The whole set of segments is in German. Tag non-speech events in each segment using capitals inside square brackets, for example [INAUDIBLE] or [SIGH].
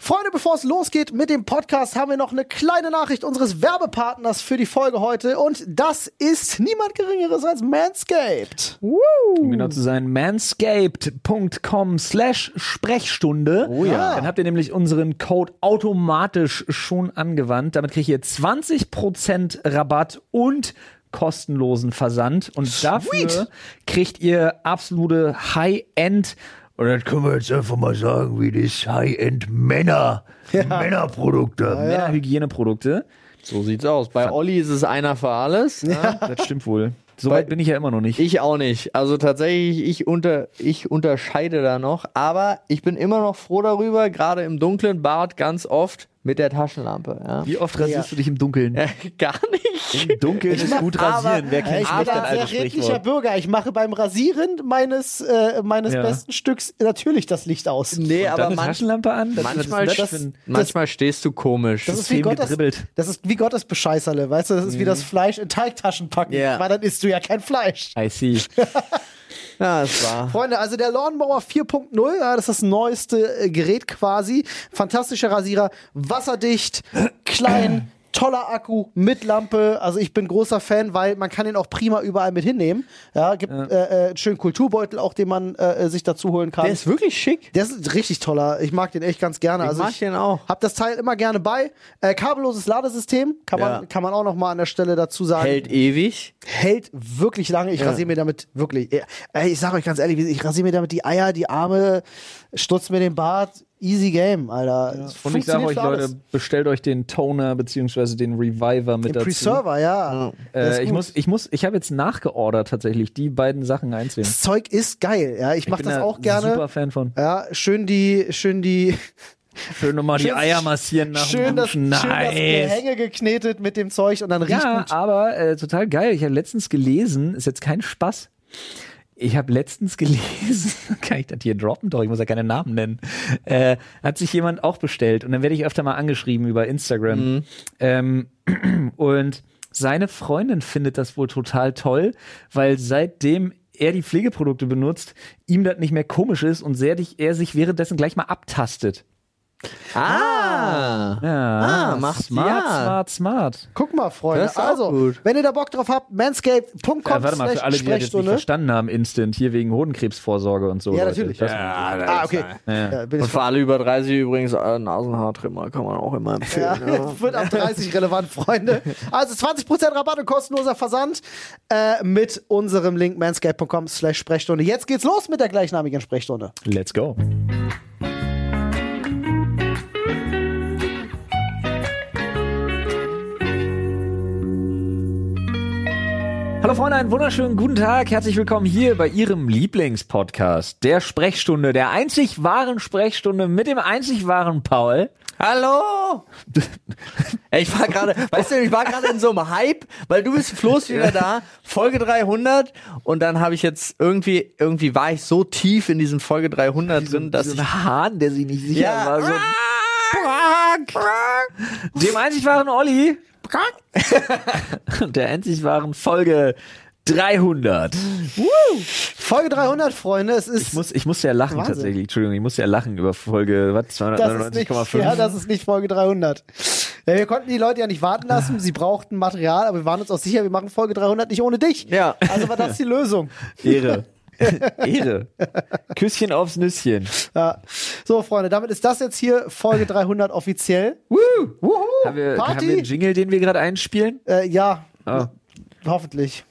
Freunde, bevor es losgeht mit dem Podcast, haben wir noch eine kleine Nachricht unseres Werbepartners für die Folge heute. Und das ist niemand Geringeres als Manscaped. Um genau zu sein, manscaped.com slash Sprechstunde. Oh ja. Dann habt ihr nämlich unseren Code automatisch schon angewandt. Damit kriegt ihr 20% Rabatt und kostenlosen Versand. Und dafür kriegt ihr absolute High-End und dann können wir jetzt einfach mal sagen, wie das High-End Männer, Männerprodukte, Männerhygieneprodukte. So sieht's aus. Bei Olli ist es einer für alles. ne? Das stimmt wohl. So weit bin ich ja immer noch nicht. Ich auch nicht. Also tatsächlich, ich, unter, ich unterscheide da noch. Aber ich bin immer noch froh darüber, gerade im dunklen Bad ganz oft mit der Taschenlampe. Ja. Wie oft rasierst du dich im Dunkeln? [LAUGHS] Gar nicht. Im [LAUGHS] Dunkeln ist gut rasieren. Wer Ja, kennt ich nicht bin das ein alte sehr redlicher Sprichwort? Bürger. Ich mache beim Rasieren meines, äh, meines Ja. besten Stücks natürlich das Licht aus. Nee, Dann aber eine manch, Taschenlampe an? Das- manchmal, das, das, sch- für ein- manchmal stehst du komisch. Das ist System wie Gottes, gedribbelt. das ist wie Gottes Bescheißerle, weißt du? Das ist wie das Fleisch in Teigtaschen packen, Ja. weil dann isst du ja kein Fleisch. [LAUGHS] I see. ja, es war. Freunde, also der Lawnmower 4.0, ja, das ist das neueste äh, Gerät quasi. Fantastischer Rasierer, wasserdicht, [CLEARS THROAT] klein, toller Akku mit Lampe. Also ich bin großer Fan, weil man kann ihn auch prima überall mit hinnehmen. Ja, gibt Äh, äh, einen schönen Kulturbeutel auch, den man äh, äh, sich dazu holen kann. Der ist wirklich schick. Der ist richtig toller. Ich mag den echt ganz gerne. Ich also mag den auch. Hab das Teil immer gerne bei. Äh, kabelloses Ladesystem kann man, Ja. kann man auch noch mal an der Stelle dazu sagen. Hält ewig. Hält wirklich lange. Ich rasiere mir damit wirklich. äh, Ey, ich sag euch ganz ehrlich, ich rasiere mir damit die Eier, die Arme, stutz mir den Bart. Easy Game, Alter. Es Und ich sage funktioniert euch, für alles. Leute, bestellt euch den Toner beziehungsweise den Reviver mit den dazu. Preserver, ja. Der ist Äh, ich gut. muss, ich muss, ich habe jetzt nachgeordert tatsächlich die beiden Sachen einzeln. das Zeug ist geil, ja. Ich, mach bin das da auch gerne. Super Fan von. Ja, schön die, schön die, Schön nochmal die Schön- Eier massieren nach schön dem das, Duschen. schön das Nice. Gehänge geknetet mit dem Zeug und dann riecht Ja, gut. aber äh, total geil. Ich habe letztens gelesen, ist jetzt kein Spaß. Ich habe letztens [LAUGHS] gelesen, kann ich das hier droppen? Doch, ich muss ja keine Namen nennen. Äh, hat sich jemand auch bestellt und dann werde ich öfter mal angeschrieben über Instagram. Mhm. Ähm, [CLEARS THROAT] und seine Freundin findet das wohl total toll, weil seitdem er die Pflegeprodukte benutzt, ihm das nicht mehr komisch ist und sehr dich, er sich währenddessen gleich mal abtastet. Ah. Ja, Ah, macht's- smart, ja. smart, smart. Guck mal, Freunde. Das ist auch also, gut. wenn ihr da Bock drauf habt, manscaped.com. Ja, Äh, warte mal, slash für alle, die das jetzt nicht Sprechstunde. verstanden haben, instant, hier wegen Hodenkrebsvorsorge und so. Ja, Leute. natürlich. Das, ah, okay. Ja, bin ich Und für alle über 30 übrigens, äh, Nasenhaartrimmer kann man auch immer empfehlen. Ja, [LAUGHS] es wird ab 30 relevant, Freunde. Also 20% Rabatt und kostenloser Versand äh, mit unserem Link manscape.com slash Sprechstunde. Jetzt geht's los mit der gleichnamigen Sprechstunde. Let's go. Hallo Freunde, einen wunderschönen guten Tag. Herzlich willkommen hier bei Ihrem Lieblingspodcast, der Sprechstunde, der einzig wahren Sprechstunde mit dem einzig wahren Paul. Hallo! Ey, ich war gerade, weißt du, ich war gerade in so einem Hype, weil du bist Floß wieder da, Folge 300 und dann habe ich jetzt irgendwie, irgendwie war ich so tief in diesem Folge 300 drin, dass ich, Hahn, der sich nicht sicher ja, war, so ein Ah, Dem einzig wahren Olli. Und [LAUGHS] der einzig wahren Folge 300. Folge 300, Freunde. Es Ich ist, muss, ich muss ja lachen Wahnsinn. tatsächlich. Entschuldigung, ich muss ja lachen über Folge was, das, ist nicht, 299,5. ja, das ist nicht Folge 300. Ja, wir konnten die Leute ja nicht warten lassen. Sie brauchten Material, aber wir waren uns auch sicher, wir machen Folge 300 nicht ohne dich. Ja. Also war das die Lösung. [LAUGHS] Ehre. Ehre. Küsschen aufs Nüsschen. Ja. So, Freunde, damit ist das jetzt hier Folge 300 offiziell. Wuhu! Haben wir, haben wir Party? einen Jingle, den wir gerade einspielen? äh, ja, Oh. hoffentlich.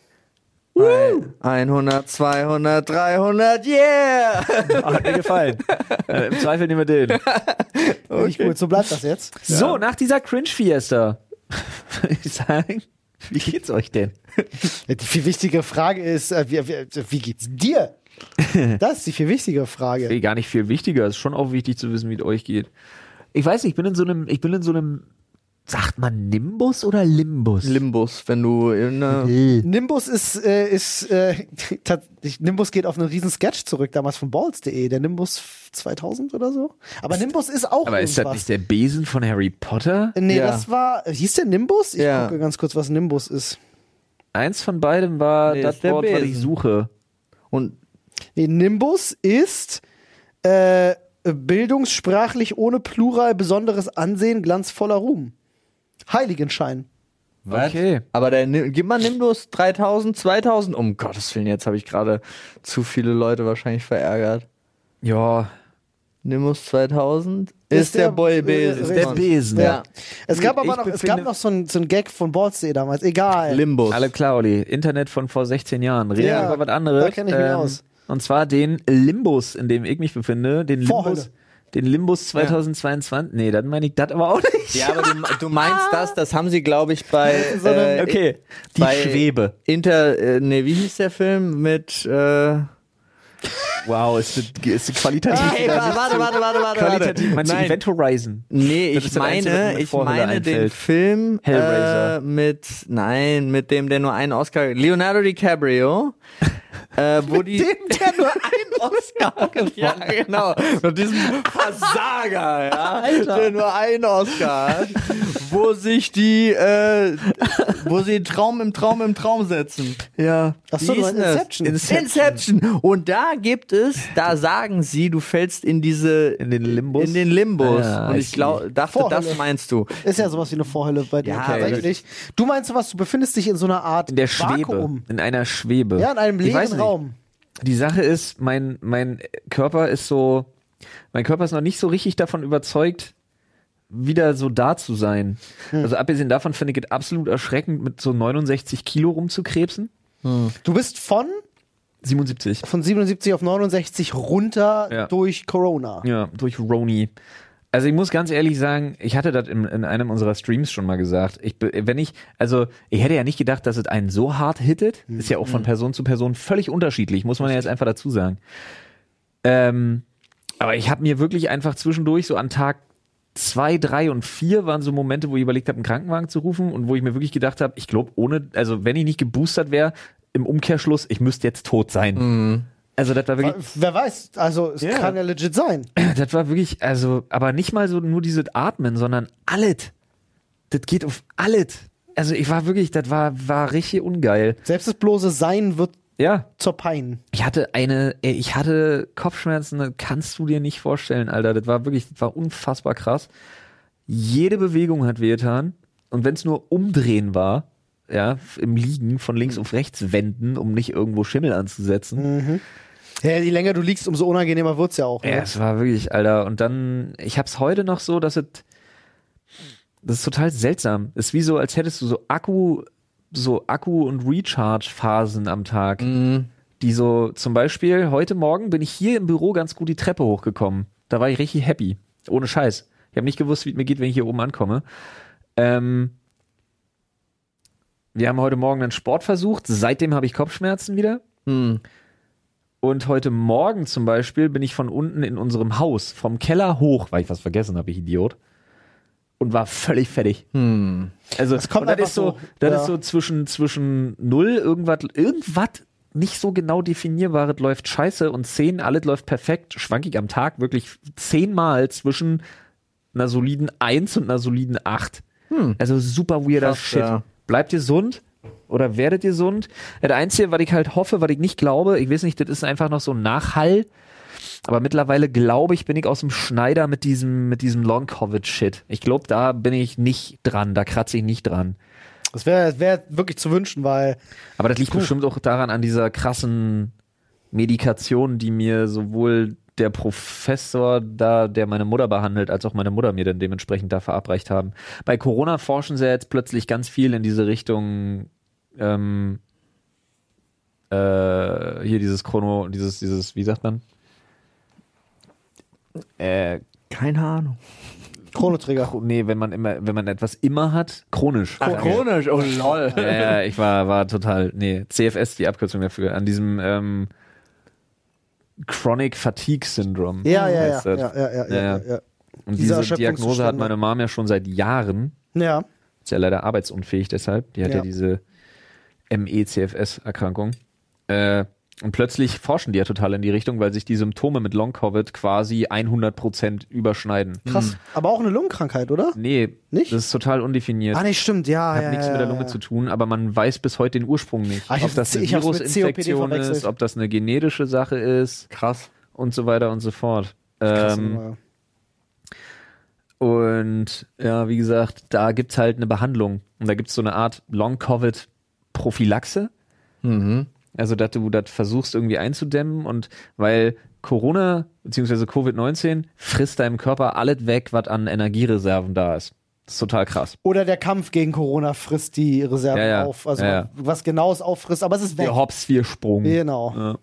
100, 200, 300, yeah! ah, Hat [LAUGHS] mir gefallen. Äh, Im Zweifel nehmen wir den. Finde ich gut. So bleibt das jetzt. So, nach dieser Cringe-Fiesta. [LAUGHS] würde ich sagen, wie geht's euch denn? Die viel wichtige Frage ist, äh, wie, wie, wie geht's dir? Das ist die viel wichtige Frage. Ey, gar nicht viel wichtiger. Ist schon auch wichtig zu wissen, wie es euch geht. Ich weiß nicht, ich bin in so einem, ich bin in so einem, sagt man Nimbus oder Limbus? Limbus, wenn du in, äh, Nimbus ist, äh, ist äh, [LAUGHS] tat- ich- Nimbus geht auf einen riesen Sketch zurück, damals von balls.de, der Nimbus 2000 oder so. Aber Nimbus ist auch Aber ist das irgendwas. nicht der Besen von Harry Potter? Nee, Ja. das war, hieß der Nimbus? Ich Ja. gucke ganz kurz, was Nimbus ist. Eins von beidem war Nee, das ist der Wort, was Besen. ich suche. und Nee, Nimbus ist äh, äh, bildungssprachlich ohne Plural besonderes Ansehen, glanzvoller Ruhm. Heiligenschein. Okay. Aber dann nimm- gib mal Nimbus 3000, 2000. Um Gottes Willen, jetzt habe ich gerade zu viele Leute wahrscheinlich verärgert. Ja, Nimbus 2000 ist, der, Boy Besen. ist der Besen. Ja. Es gab aber Ich noch, es befinde- gab noch so einen so ein Gag von Bordsee damals. Egal. [LAUGHS] Limbus. Alle klar, Olli. Internet von vor 16 Jahren. Reden Ja, wir über was anderes. ähm, da kenn ich mich aus. Und zwar den Limbus, in dem ich mich befinde. Den Vorhölle. Limbus. Den Limbus 2022. Nee, dann meine ich das aber auch nicht. Ja, aber du, du meinst das, das haben sie, glaube ich, [LAUGHS] bei. So eine- äh, Okay. Die bei Schwebe. Inter. Äh, nee, wie hieß der Film? Mit. Äh, Wow, ist, das- ist das qualitativ. Ey, warte, warte, warte, warte, [LAUGHS] warte. qualitativ. Meinst du Nein. Event Horizon? Nee, Das ich ist das Einzige, was meine, mir ich vorher meine den einfällt. Film äh, Hellraiser. mit nein, mit dem der nur einen Oscar Leonardo DiCaprio, äh, wo die [LAUGHS] der nur einen Oscar ja genau mit diesem Versager, ja, der nur einen Oscar, hat, wo sich die, äh, wo sie den Traum im Traum im Traum setzen. Ja. Achso, Wie du meinst hieß das? Inception. Inception. Inception. Und da gibt es, da sagen sie, du fällst in diese In den Limbus? In den Limbus. Ah, und I ich see. glaub, dachte, Vorhölle. das meinst du. Ist ja sowas wie eine Vorhölle bei dir Ja, tatsächlich. Du meinst sowas, du befindest dich in so einer Art In der Schwebe. Vakuum. In einer Schwebe. Ja, in einem Ich leeren weiß nicht. Raum. Die Sache ist, mein, mein Körper ist so, mein Körper ist noch nicht so richtig davon überzeugt, wieder so da zu sein. Hm. Also abgesehen davon finde ich es absolut erschreckend, mit so 69 Kilo rumzukrebsen. Du bist von, 77. von 77 auf 69 runter Ja. durch Corona. Ja, durch Roni. Also ich muss ganz ehrlich sagen, ich hatte das in, in einem unserer Streams schon mal gesagt. Ich, be- wenn ich, also ich hätte ja nicht gedacht, dass es einen so hart hittet. Ist ja auch von Person zu Person völlig unterschiedlich, muss man ja jetzt einfach dazu sagen. Ähm, aber ich habe mir wirklich einfach zwischendurch so an Tag zwei, drei und vier waren so Momente, wo ich überlegt habe, einen Krankenwagen zu rufen und wo ich mir wirklich gedacht habe, ich glaube, ohne, also wenn ich nicht geboostert wäre, im Umkehrschluss, ich müsste jetzt tot sein. Also das war wirklich Wer weiß, also es Ja. kann ja legit sein. [CLEARS THROAT] das war wirklich, also, aber nicht mal so nur dieses Atmen, sondern alles. Das geht auf alles. Also ich war wirklich, das war, war richtig ungeil. Selbst das bloße Sein wird Ja. zur Pein. Ich hatte eine, ey, ich hatte Kopfschmerzen, das kannst du dir nicht vorstellen, Alter. Das war wirklich, das war unfassbar krass. Jede Bewegung hat wehgetan. Und wenn es nur umdrehen war, ja, im Liegen von links auf rechts wenden, um nicht irgendwo Schimmel anzusetzen, Ja, je länger du liegst, umso unangenehmer wird's ja auch. Ne? Ja, es war wirklich, Alter. Und dann, ich hab's heute noch so, dass es. Das ist total seltsam. Es ist wie so, als hättest du so Akku, so Akku- und Recharge-Phasen am Tag. Die so, zum Beispiel, heute Morgen bin ich hier im Büro ganz gut die Treppe hochgekommen. Da war ich richtig happy. Ohne Scheiß. Ich habe nicht gewusst, wie es mir geht, wenn ich hier oben ankomme. Ähm, wir haben heute Morgen einen Sport versucht. Seitdem habe ich Kopfschmerzen wieder. Und heute Morgen zum Beispiel bin ich von unten in unserem Haus, vom Keller hoch, weil ich was vergessen habe, ich Idiot. Und war völlig fertig. Also, das, Hm. kommt und das, einfach ist, so, so, das ja. ist so zwischen, zwischen null irgendwas, irgendwas nicht so genau definierbares läuft scheiße und zehn, alles läuft perfekt, schwank ich am Tag wirklich zehnmal zwischen einer soliden 1 und einer soliden 8. Also super weirder Hm. Krass, Shit. ja. Bleibt ihr gesund oder werdet ihr gesund? Das Einzige, was ich halt hoffe, was ich nicht glaube, ich weiß nicht, das ist einfach noch so ein Nachhall. Aber mittlerweile glaube ich, bin ich aus dem Schneider mit diesem, mit diesem Long-Covid-Shit. Ich glaube, da bin ich nicht dran, da kratze ich nicht dran. Das wäre wär wirklich zu wünschen, weil Aber das liegt bestimmt auch daran an dieser krassen Medikation, die mir sowohl der Professor da, der meine Mutter behandelt, als auch meine Mutter mir dann dementsprechend da verabreicht haben. Bei Corona forschen sie ja jetzt plötzlich ganz viel in diese Richtung, ähm, äh, hier dieses Chrono, dieses, dieses, wie sagt man? Äh, Keine Ahnung. Chronotrigger. Chro- nee, wenn man immer, wenn man etwas immer hat, chronisch. Ach, Danke. chronisch, oh lol. Ja, ja, ich war, war total, nee, CFS, die Abkürzung dafür, an diesem ähm, Chronic Fatigue Syndrome. Ja, ja, ja, heißt ja, das. ja, ja, ja, ja, Und Dieser diese Diagnose hat Erschöpfungszustände. meine Mom ja schon seit Jahren. ja. Ist ja leider arbeitsunfähig deshalb. Die hat ja, Ja. diese E ME-CFS-Erkrankung. Äh, und plötzlich forschen die ja total in die Richtung, weil sich die Symptome mit Long-Covid quasi 100% überschneiden. Krass. Aber auch eine Lungenkrankheit, oder? Nee, Nicht? das ist total undefiniert. Ah, nee, stimmt, ja. hat ja, nichts ja, mit der ja, Lunge ja. zu tun, aber man weiß bis heute den Ursprung nicht. Ah, ich ob hab's- das eine ich hab's mit COPD Virusinfektion verwechselt. ist, ob das eine genetische Sache ist Krass. und so weiter und so fort. Krasse Ähm, Nummer. Und ja, wie gesagt, da gibt's halt eine Behandlung. Und da gibt's so eine Art Long-Covid-Prophylaxe. Mhm. Also, dass du das versuchst irgendwie einzudämmen und weil Corona bzw. Covid-19 frisst deinem Körper alles weg, was an Energiereserven da ist. Das ist total krass. Oder der Kampf gegen Corona frisst die Reserven Ja, ja. auf. Also Ja, ja. was genau es auffrisst, aber es ist weg. Wir hops, wir Sprung. Genau. Ja.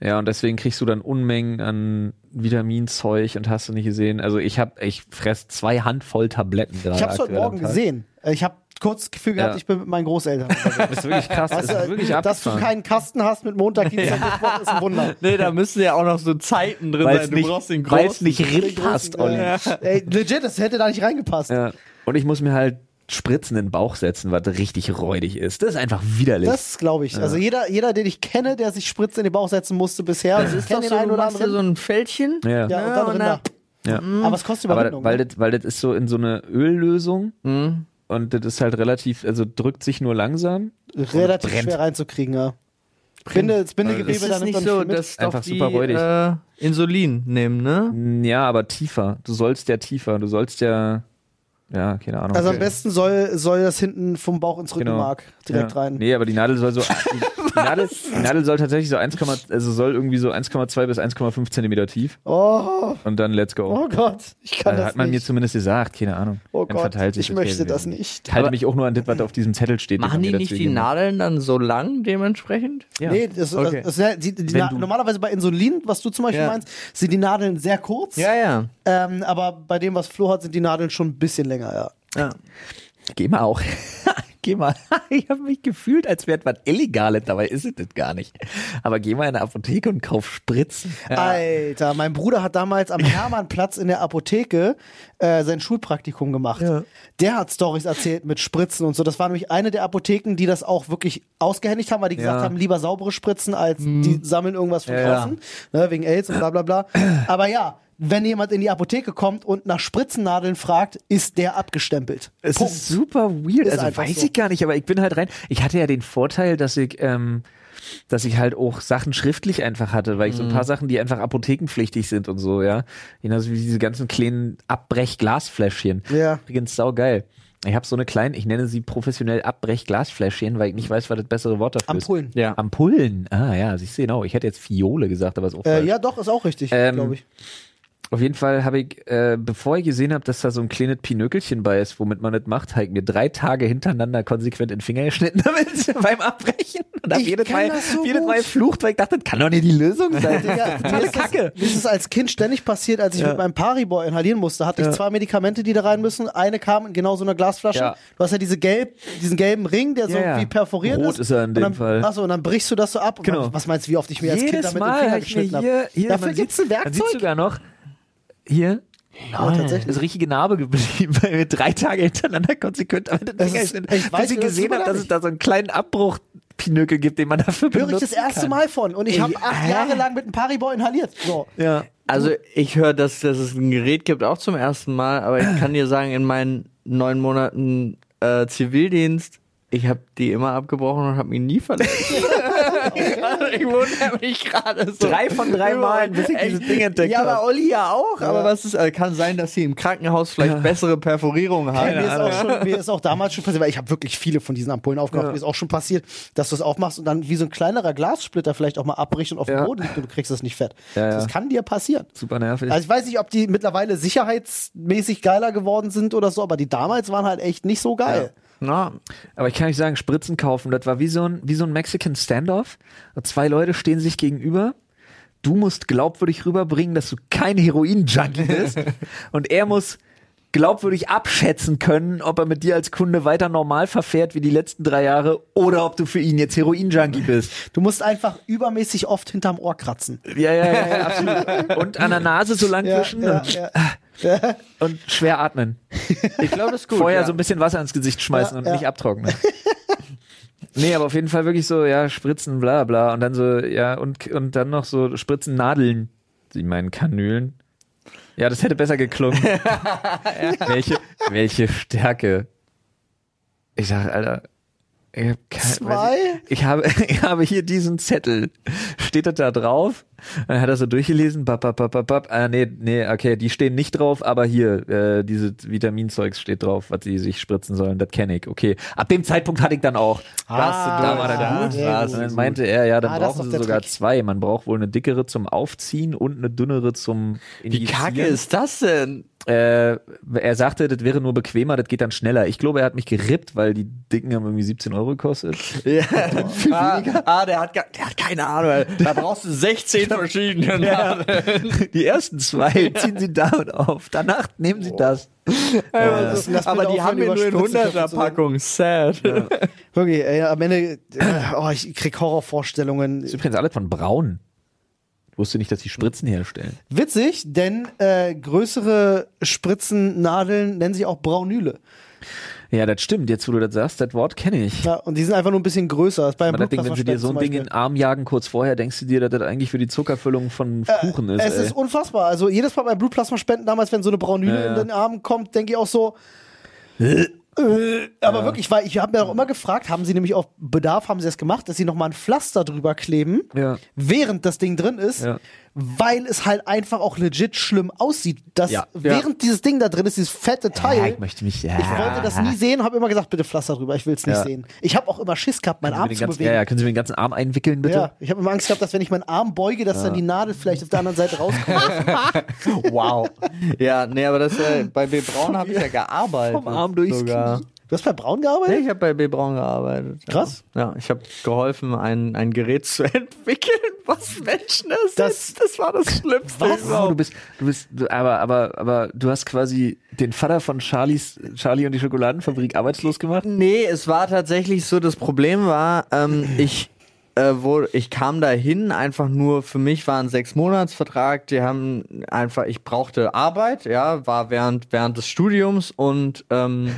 ja, und deswegen kriegst du dann Unmengen an Vitaminzeug und hast du nicht gesehen. Also ich hab, ich fress zwei Handvoll Tabletten gerade. Ich habe es heute aktuell am Morgen Tag. gesehen. Ich habe kurz das Gefühl gehabt, Ja. ich bin mit meinen Großeltern. unterwegs. [LAUGHS] Das ist wirklich krass. Das ist Weißt du, wirklich Also, dass du abgefahren. keinen Kasten hast mit [LAUGHS] Montag, Dienstag, Mittwoch, ist ein Wunder. Nee, da müssen ja auch noch so Zeiten drin Weil's sein. Du nicht- brauchst den großen. weil's nicht Den Rind großen, passt, äh, Olli. Ey, legit, das hätte da nicht reingepasst. Ja. Und ich muss mir halt Spritzen in den Bauch setzen, was richtig räudig ist. Das ist einfach widerlich. Das glaube ich. Also jeder, jeder, den ich kenne, der sich Spritze in den Bauch setzen musste bisher, also ich ist doch kenne so, den einen du oder machst dir anderen. so ein Fältchen. ja. ja, Ja, und dann und dann- Rinder. ja. Aber es kostet Aber Überwindung. weil, ne? das, weil das ist so in so eine Öllösung Mhm. und das ist halt relativ, also drückt sich nur langsam. Relativ brennt. Also schwer reinzukriegen, ja. Binde, das Ist Bindegewebe, da es nimmt nicht dann viel so, mit. dass Einfach doch die super räudig. äh, Insulin nehmen, ne? Ja, aber tiefer. Du sollst ja tiefer. Du sollst ja. Ja, keine Ahnung. Also am Okay. Genau. besten soll, soll das hinten vom Bauch ins Rückenmark direkt ja. rein. Nee, aber die [LAUGHS] Nadel soll so. Die, die, Nadel, die Nadel soll tatsächlich so 1, also soll irgendwie so 1,2 bis 1,5 Zentimeter tief Oh, und dann let's go. oh Gott, ich kann Äh, das hat man mir nicht. zumindest gesagt, keine Ahnung. Oh Dann Gott, verteilt sich ich das möchte Käsewürfel. das nicht. Ich halte mich auch nur an das, was auf diesem Zettel steht. den man Machen die mir nicht dazu die gegeben hat. Nadeln dann so lang dementsprechend? Ja. Nee, das, Okay. das, das, die, die, Wenn na, du- normalerweise bei Insulin, was du zum Beispiel Ja. meinst, sind die Nadeln sehr kurz. ja. Ähm, aber bei dem, was Flo hat, sind die Nadeln schon ein bisschen länger, ja. ja. Geh mal auch. [LAUGHS] geh mal. [LAUGHS] Ich habe mich gefühlt, als wäre etwas Illegales, dabei ist es das gar nicht. Aber geh mal in eine Apotheke und kauf Spritzen. Alter, mein Bruder hat damals [LAUGHS] am Hermannplatz in der Apotheke äh, sein Schulpraktikum gemacht. Der hat Stories erzählt mit Spritzen und so. Das war nämlich eine der Apotheken, die das auch wirklich ausgehändigt haben, weil die gesagt Ja. Mhm. haben, lieber saubere Spritzen, als die sammeln irgendwas von Ja, ja. draußen, ne, wegen Aids und bla bla [CLEARS THROAT] bla. Aber ja, wenn jemand in die Apotheke kommt und nach Spritzennadeln fragt, ist der abgestempelt. Es Punkt. ist super weird. Ist also einfach weiß so. ich gar nicht, aber ich bin halt rein. Ich hatte ja den Vorteil, dass ich, ähm, dass ich halt auch Sachen schriftlich einfach hatte, weil ich so ein Mhm. paar Sachen, die einfach apothekenpflichtig sind und so, ja. Genauso wie diese ganzen kleinen Abbrech-Glasfläschchen. Ja. Übrigens saugeil. Ich habe so eine kleine, ich nenne sie professionell Abbrech-Glasfläschchen, weil ich nicht weiß, was das bessere Wort dafür Ampullen. ist. Ja. Ampullen. Ah ja, siehst du genau. Ich hätte jetzt Fiole gesagt, aber ist auch Äh, falsch. ja, doch, ist auch richtig, Ähm, glaube ich. Auf jeden Fall habe ich, äh, bevor ich gesehen habe, dass da so ein kleines Pinökelchen bei ist, womit man das macht, habe ich mir drei Tage hintereinander konsequent in den Finger geschnitten [LAUGHS] damit beim Abbrechen. Und habe Ich jedes, kann Mal, das so jedes gut. Mal flucht, weil ich dachte, das kann doch nicht die Lösung [LAUGHS] sein. [LAUGHS] Digga, mir Totale ist das- Kacke. Mir ist es als Kind ständig passiert, als ich mit meinem Paribor inhalieren musste, hatte ich zwei Medikamente, die da rein müssen. Eine kam in genau so einer Glasflasche. Ja. Du hast ja diese gelb, diesen gelben Ring, der so Ja, ja. wie perforiert Rot ist. ist er in Und dem dann, Fall. Achso, und dann brichst du das so ab. Und Genau. was- Was meinst du, wie oft ich mir als Kind Jedes damit den Mal Finger hab ich mir geschnitten hier, habe? hier Dafür man gibt's sieht- ein Man Werkzeug. sieht sogar noch, hier, Ja, tatsächlich. ist richtige Narbe geblieben, [LAUGHS] weil wir drei Tage hintereinander konsequent damit den Es Finger ist- geschnitten ich haben. weiß, Bis ich das gesehen tut mir habe, dass leid. es da so einen kleinen Abbruch Pinökel gibt, den man dafür Höre benutzt. ich das erste kann. Mal von. Und ich Ey, habe acht hä? Jahre lang mit einem Paribor inhaliert. So. [LAUGHS] Ja. Also ich höre, dass, dass es ein Gerät gibt, auch zum ersten Mal, aber ich kann dir sagen, in meinen neun Monaten äh, Zivildienst, ich habe die immer abgebrochen und habe mich nie verletzt. also [LAUGHS] ich wundere mich gerade so. Drei von drei Malen, bis ich dieses Echt? Ding entdeckt Ja, hab. aber Olli ja auch. Aber Ja. was ist, äh, kann sein, dass sie im Krankenhaus vielleicht bessere Perforierungen haben. Mir ist, auch schon, mir ist auch damals schon passiert, weil ich habe wirklich viele von diesen Ampullen aufgemacht. Mir ist auch schon passiert, dass du es aufmachst und dann wie so ein kleinerer Glassplitter vielleicht auch mal abbricht und auf Ja. den Boden liegt und du kriegst das nicht fett. Ja, ja. Das kann dir passieren. Super nervig. Also ich weiß nicht, ob die mittlerweile sicherheitsmäßig geiler geworden sind oder so, aber die damals waren halt echt nicht so geil. Na, Aber ich kann nicht sagen, Spritzen kaufen, das war wie so ein, wie so ein Mexican Standoff. Zwei Leute stehen sich gegenüber. Du musst glaubwürdig rüberbringen, dass du kein Heroin-Junkie bist. und er muss glaubwürdig abschätzen können, ob er mit dir als Kunde weiter normal verfährt wie die letzten drei Jahre oder ob du für ihn jetzt Heroin-Junkie bist. [LAUGHS] Du musst einfach übermäßig oft hinterm Ohr kratzen. Ja, ja, ja, ja absolut. Und an der Nase so lang Ja, wischen ja, und, ja. und schwer atmen. ich glaube, das ist gut. Vorher ja. so ein bisschen Wasser ins Gesicht schmeißen Ja, und ja. nicht abtrocknen. nee, aber auf jeden Fall wirklich so, ja, Spritzen, bla bla. Und dann so, ja, und, und dann noch so Spritzen Nadeln. Sie meinen Kanülen. Ja, das hätte besser geklungen. [LAUGHS] welche, welche Stärke. Ich sag, Alter, ich hab kein, weiß Zwei? [LAUGHS] Ich, ich, habe, ich habe hier diesen Zettel. Steht das da drauf? Dann hat er so durchgelesen, bap, bap, bap, bap, bap. Ah, nee, nee, okay, die stehen nicht drauf, aber hier, äh, diese Vitaminzeugs steht drauf, was sie sich spritzen sollen, das kenne ich, okay. Ab dem Zeitpunkt hatte ich dann auch. Ah, da war ja, dann gut. sehr Ja, gut. und dann meinte er, ja, dann Ah, das ist brauchen doch sie der sogar Trick. zwei. Man braucht wohl eine dickere zum Aufziehen und eine dünnere zum Wie kacke ist das denn? äh, er sagte, das wäre nur bequemer, das geht dann schneller. Ich glaube, er hat mich gerippt, weil die Dicken haben irgendwie 17 Euro gekostet. [LAUGHS] [LAUGHS] Ja. Ah, ah, der hat, ge- der hat keine Ahnung. Alter. Da brauchst du [LAUGHS] 16 verschiedene Namen. Die ersten zwei ziehen sie damit auf. Danach nehmen sie das. Was ist denn das Aber bitte die auch haben für wir eine nur in überspitzte 100er-Packung. Sad. Wirklich, ey, am Ende, äh, oh, ich krieg Horrorvorstellungen. ist übrigens alles von Braun. Ich wusste nicht, dass die Spritzen herstellen. Witzig, denn äh, größere Spritzennadeln nennen sich auch Braunüle. Ja, das stimmt. Jetzt, wo du das sagst, das Wort kenne ich. Ja, und die sind einfach nur ein bisschen größer. Das ist bei einem Man das Ding, wenn sie dir so ein Ding in den Arm jagen kurz vorher, denkst du dir, dass das eigentlich für die Zuckerfüllung von Kuchen ist. Äh, Es ey. ist unfassbar. Also jedes Mal bei Blutplasmaspenden damals, wenn so eine Braunüle Äh. Ja, ja. in den Arm kommt, denke ich auch so. Äh, aber wirklich, weil ich habe mir auch immer gefragt, haben sie nämlich auf Bedarf, haben sie das gemacht, dass sie nochmal ein Pflaster drüber kleben, Ja. während das Ding drin ist, Ja. weil es halt einfach auch legit schlimm aussieht, dass Ja. während dieses Ding da drin ist, dieses fette Teil. ja, ich möchte mich. Ja. Ich wollte das nie sehen, habe immer gesagt, bitte Pflaster drüber, ich will es nicht Ja. sehen. Ich habe auch immer Schiss gehabt, meinen Können Sie mir Arm den zu ganzen, bewegen. ja, ja, können Sie mir den ganzen Arm einwickeln, bitte? Ja, ich habe immer Angst gehabt, dass wenn ich meinen Arm beuge, dass dann die Nadel vielleicht auf der anderen Seite [LAUGHS] rauskommt. Wow. Ja, nee, aber das äh, bei B. Braun habe ich ja gearbeitet. Vom Arm durchs Knie. Du hast bei Braun Nee, gearbeitet? ich habe bei B. Braun gearbeitet. Krass. Ja, ja ich habe geholfen, ein, ein Gerät zu [LAUGHS] entwickeln, was Menschen ersetzt. Das- Das, war das Schlimmste. Wow, du überhaupt. bist, du bist, du, aber, aber, aber du hast quasi den Vater von Charlies, Charlie und die Schokoladenfabrik arbeitslos gemacht. Nee, es war tatsächlich so, das Problem war, ähm, ich, äh, wurde, ich kam dahin, einfach nur, für mich war ein Sechs-Monats-Vertrag, die haben einfach, ich brauchte Arbeit, ja, war während, während des Studiums und ähm,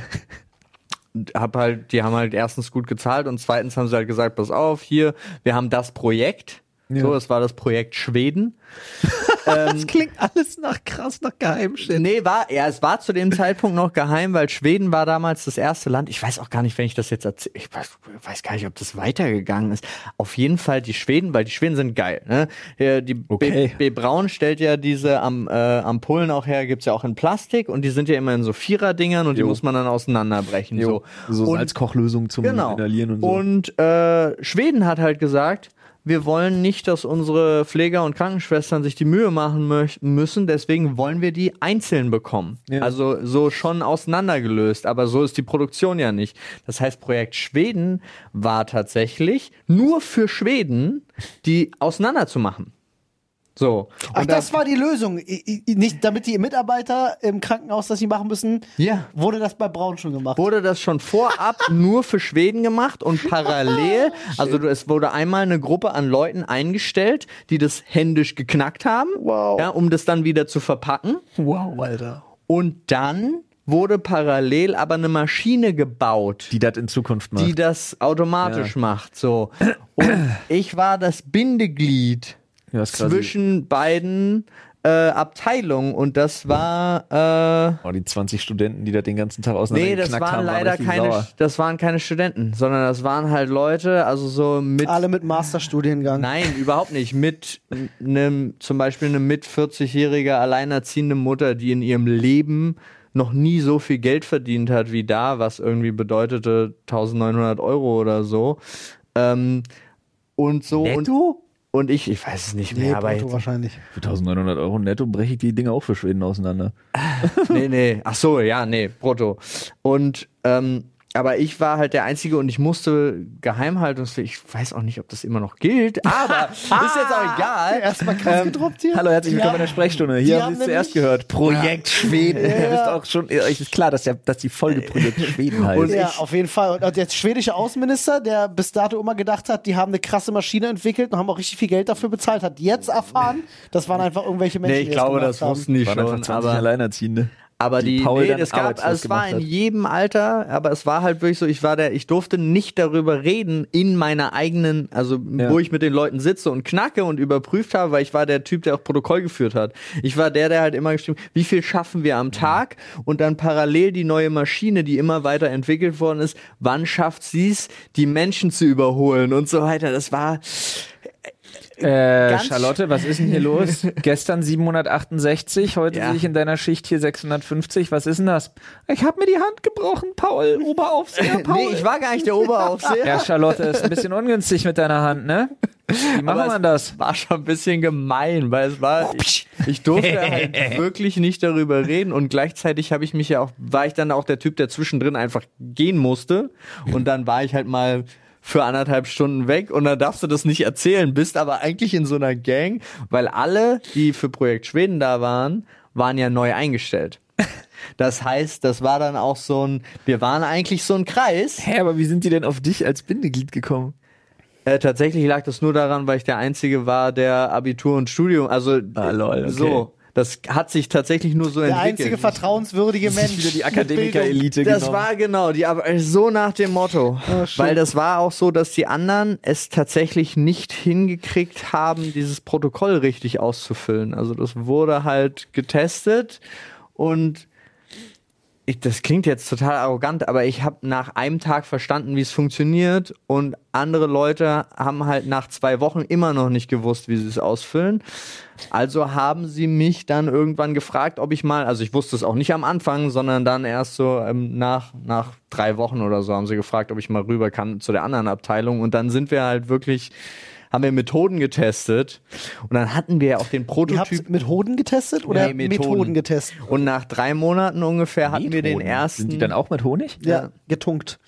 hab halt, die haben halt erstens gut gezahlt und zweitens haben sie halt gesagt, pass auf, hier, wir haben das Projekt. So, es war das Projekt Schweden. Das klingt alles nach krass, nach Geheimschiff. Nee, war, ja, es war zu dem Zeitpunkt noch geheim, weil Schweden war damals das erste Land. Ich weiß auch gar nicht, wenn ich das jetzt erzähle. Ich weiß, weiß gar nicht, ob das weitergegangen ist. Auf jeden Fall die Schweden, weil die Schweden sind geil. Ne? Ja, Die Okay. B, B. Braun stellt ja diese am, äh, Ampullen auch her, gibt's ja auch in Plastik und die sind ja immer in so Vierer-Dingern und die Jo. muss man dann auseinanderbrechen. So, So, so und Salzkochlösung zum Inhalieren genau. und so. Genau. und äh, Schweden hat halt gesagt, wir wollen nicht, dass unsere Pfleger und Krankenschwestern sich die Mühe machen möch- müssen, deswegen wollen wir die einzeln bekommen. Ja. Also so schon auseinandergelöst, aber so ist die Produktion ja nicht. Das heißt, Projekt Schweden war tatsächlich nur für Schweden, die auseinander zu machen. So. Und Ach, das war die Lösung. I- i- Nicht, damit die Mitarbeiter im Krankenhaus das nicht machen müssen, Ja. wurde das bei Braun schon gemacht. wurde das [LAUGHS] schon vorab nur für Schweden gemacht und parallel, Ah, also du, es wurde einmal eine Gruppe an Leuten eingestellt, die das händisch geknackt haben, Wow. ja, um das dann wieder zu verpacken. Wow, Alter. Und dann wurde parallel aber eine Maschine gebaut, die das in Zukunft macht. die das automatisch macht. So. Und ich war das Bindeglied Ja, ist quasi- zwischen beiden äh, Abteilungen und das war äh, oh, die 20 Studenten, die das den ganzen Tag Nee, auseinander das geknackt waren haben, waren leider richtig keine, sauer. das waren keine Studenten, sondern das waren halt Leute, also so mit, Alle mit Masterstudiengang. [LAUGHS] nein, überhaupt nicht, mit einem, zum Beispiel eine mit 40-jährige alleinerziehende Mutter, die in ihrem Leben noch nie so viel Geld verdient hat wie da, was irgendwie bedeutete 1900 Euro oder so. Ähm, und so. Netto? Und, und ich, ich weiß es nicht mehr, Nee, aber Brutto jetzt, wahrscheinlich. Für 1900 Euro netto breche ich die Dinge auch für Schweden auseinander. [LAUGHS] nee, nee. Ach so, ja, nee, brutto. Und, ähm, aber ich war halt der Einzige und ich musste Geheimhaltungspflicht, ich weiß auch nicht, ob das immer noch gilt, aber ist jetzt auch egal. Erstmal krass gedroppt hier. Hallo, herzlich Ähm, Ja. willkommen in der Sprechstunde. Hier Die haben haben Sie es zuerst gehört. Projekt Schweden. Ihr wisst auch schon, euch ist klar, dass, der, dass die Folge Projekt Schweden heißt. Und Ja, ich- auf jeden Fall. Und also der schwedische Außenminister, der bis dato immer gedacht hat, die haben eine krasse Maschine entwickelt und haben auch richtig viel Geld dafür bezahlt, hat jetzt erfahren, das waren einfach irgendwelche Menschen, Nee, ich glaube, das gemacht haben. wussten die waren einfach schon, 20 aber, Alleinerziehende. aber die, Paul nee, dann das gab, arbeitslos also es war gemacht in hat. jedem Alter, aber es war halt wirklich so, ich war der, ich durfte nicht darüber reden in meiner eigenen, also Ja. wo ich mit den Leuten sitze und knacke und überprüft habe, weil ich war der Typ, der auch Protokoll geführt hat. Ich war der, der halt immer geschrieben, wie viel schaffen wir am Tag und dann parallel die neue Maschine, die immer weiter entwickelt worden ist, wann schafft sie es, die Menschen zu überholen und so weiter. Das war Äh, Ganz Charlotte, was ist denn [LAUGHS] hier los? Gestern 768, heute Ja. sehe ich in deiner Schicht hier 650. Was ist denn das? Ich habe mir die Hand gebrochen, Paul, Oberaufseher Paul. [LAUGHS] Nee, ich war gar nicht der Oberaufseher. ja, Charlotte, ist ein bisschen ungünstig mit deiner Hand, ne? Wie macht Aber man es das? War schon ein bisschen gemein, weil es war. Ich, ich durfte halt wirklich nicht darüber reden und gleichzeitig habe ich mich ja auch, war ich dann auch der Typ, der zwischendrin einfach gehen musste und dann war ich halt mal für anderthalb Stunden weg und dann darfst du das nicht erzählen, bist aber eigentlich in so einer Gang, weil alle, die für Projekt Schweden da waren, waren ja neu eingestellt. Das heißt, das war dann auch so ein, wir waren eigentlich so ein Kreis. Hä, aber wie sind die denn auf dich als Bindeglied gekommen? Äh, tatsächlich lag das nur daran, weil ich der Einzige war, der Abitur und Studium, also Ah, lol, okay. so. Das hat sich tatsächlich nur so Der entwickelt. einzige [LAUGHS] vertrauenswürdige Mensch. Wieder die mit Bildung. Akademiker-Elite das genommen. war genau, die, aber so nach dem Motto. schön. Weil das war auch so, dass die anderen es tatsächlich nicht hingekriegt haben, dieses Protokoll richtig auszufüllen. Also das wurde halt getestet und ich, das klingt jetzt total arrogant, aber ich habe nach einem Tag verstanden, wie es funktioniert und andere Leute haben halt nach zwei Wochen immer noch nicht gewusst, wie sie es ausfüllen. Also haben sie mich dann irgendwann gefragt, ob ich mal, also ich wusste es auch nicht am Anfang, sondern dann erst so ähm, nach, nach drei Wochen oder so haben sie gefragt, ob ich mal rüber kann zu der anderen Abteilung und dann sind wir halt wirklich, haben wir Methoden getestet und dann hatten wir ja auch den Ihr habt Prototyp. mit Hoden getestet oder Nee, Methoden. Methoden. getestet? Und nach drei Monaten ungefähr hatten wir den Methoden. ersten. Sind die dann auch mit Honig? Ja, Ja. getunkt.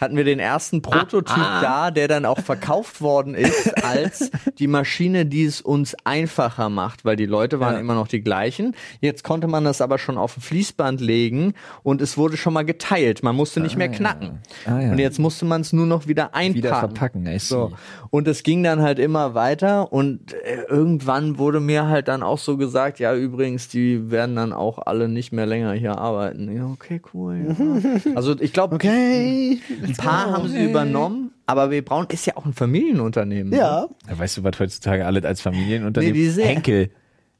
hatten wir den ersten Ah, Prototyp da, der dann auch verkauft worden ist als die Maschine, die es uns einfacher macht, weil die Leute waren Ja. immer noch die gleichen. Jetzt konnte man das aber schon auf ein Fließband legen und es wurde schon mal geteilt. Man musste nicht mehr knacken. Ah, ja. Und jetzt musste man es nur noch wieder einpacken. Wieder verpacken, I see. So. Und es ging dann halt immer weiter und äh, irgendwann wurde mir halt dann auch so gesagt, ja übrigens, die werden dann auch alle nicht mehr länger hier arbeiten. Ja, okay, cool. Mhm. Ja. Also ich glaube, Okay. ein paar haben sie übernommen, aber W. Braun ist ja auch ein Familienunternehmen. ne? Ja. Ja, weißt du, was heutzutage alle als Familienunternehmen? Nee, die sehr- Henkel.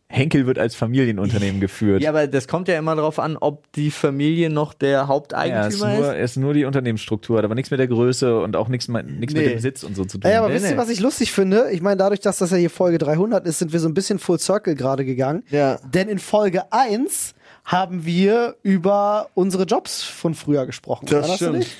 Henkel wird als Familienunternehmen geführt. [LAUGHS] Ja, aber das kommt ja immer darauf an, ob die Familie noch der Ja, es ist, Haupteigentümer ist. nur, es ist nur die Unternehmensstruktur, hat aber nichts mit der Größe und auch nichts, mit- nichts Nee. mit dem Sitz und so zu tun. Ey, aber Nee, wisst ihr, nee. was ich lustig finde? Ich meine, dadurch, dass das ja hier Folge 300 ist, sind wir so ein bisschen Full Circle gerade gegangen. Ja. Denn in Folge 1 haben wir über unsere Jobs von früher gesprochen. Das Erinnerst du stimmt. dich?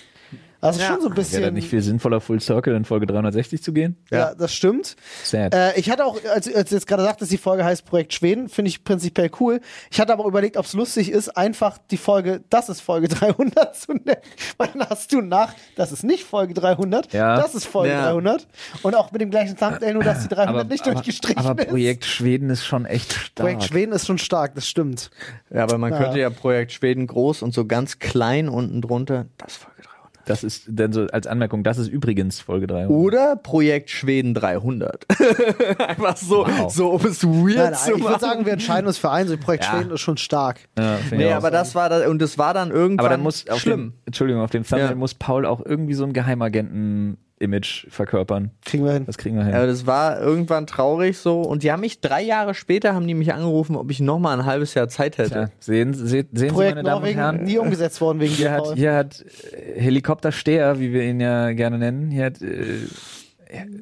Das ist Ja. Also schon so ein Wäre bisschen. dann nicht viel sinnvoller, Full Circle in Folge 360 zu gehen? ja. Ja. das stimmt. Sad. Äh, ich hatte auch, als, als du jetzt gerade sagtest, die Folge heißt Projekt Schweden, finde ich prinzipiell cool. Ich hatte aber überlegt, ob es lustig ist, einfach die Folge, das ist Folge [LAUGHS] 300 zu nennen, weil dann hast du nach, das ist nicht Folge 300, Ja. das ist Folge Ja. 300 und auch mit dem gleichen Thumbnail, nur dass die 300 nicht durchgestrichen aber, aber ist. Projekt Schweden ist schon echt stark. Projekt Schweden ist schon stark, das stimmt. Ja, aber man Ja. könnte ja Projekt Schweden groß und so ganz klein unten drunter. Das ist Folge 300. Das ist dann so als Anmerkung, das ist übrigens Folge 300. Uh. Oder Projekt Schweden 300. [LAUGHS] Einfach so, Wow. so um es weird Nein, zu nein, machen. ich würde sagen, wir entscheiden uns für eins. und Projekt Ja. Schweden ist schon stark. Ja, finde ich nee, auch. aber das war das, und es war dann irgendwann aber dann muss auf schlimm. Dem, Entschuldigung, auf dem Thumbnail Ja. muss Paul auch irgendwie so ein Geheimagenten-Image verkörpern. Kriegen wir hin. Das kriegen wir hin. Ja, das war irgendwann traurig so. Und die haben mich drei Jahre später haben die mich angerufen, ob ich noch mal ein halbes Jahr Zeit hätte. Tja, sehen, sehen, sehen Sie, Projekt meine Damen und Norwegen Herren, nie umgesetzt worden wegen Hier dir. hat, Paul. hier hat äh, Helikoptersteher, wie wir ihn ja gerne nennen, hier hat äh,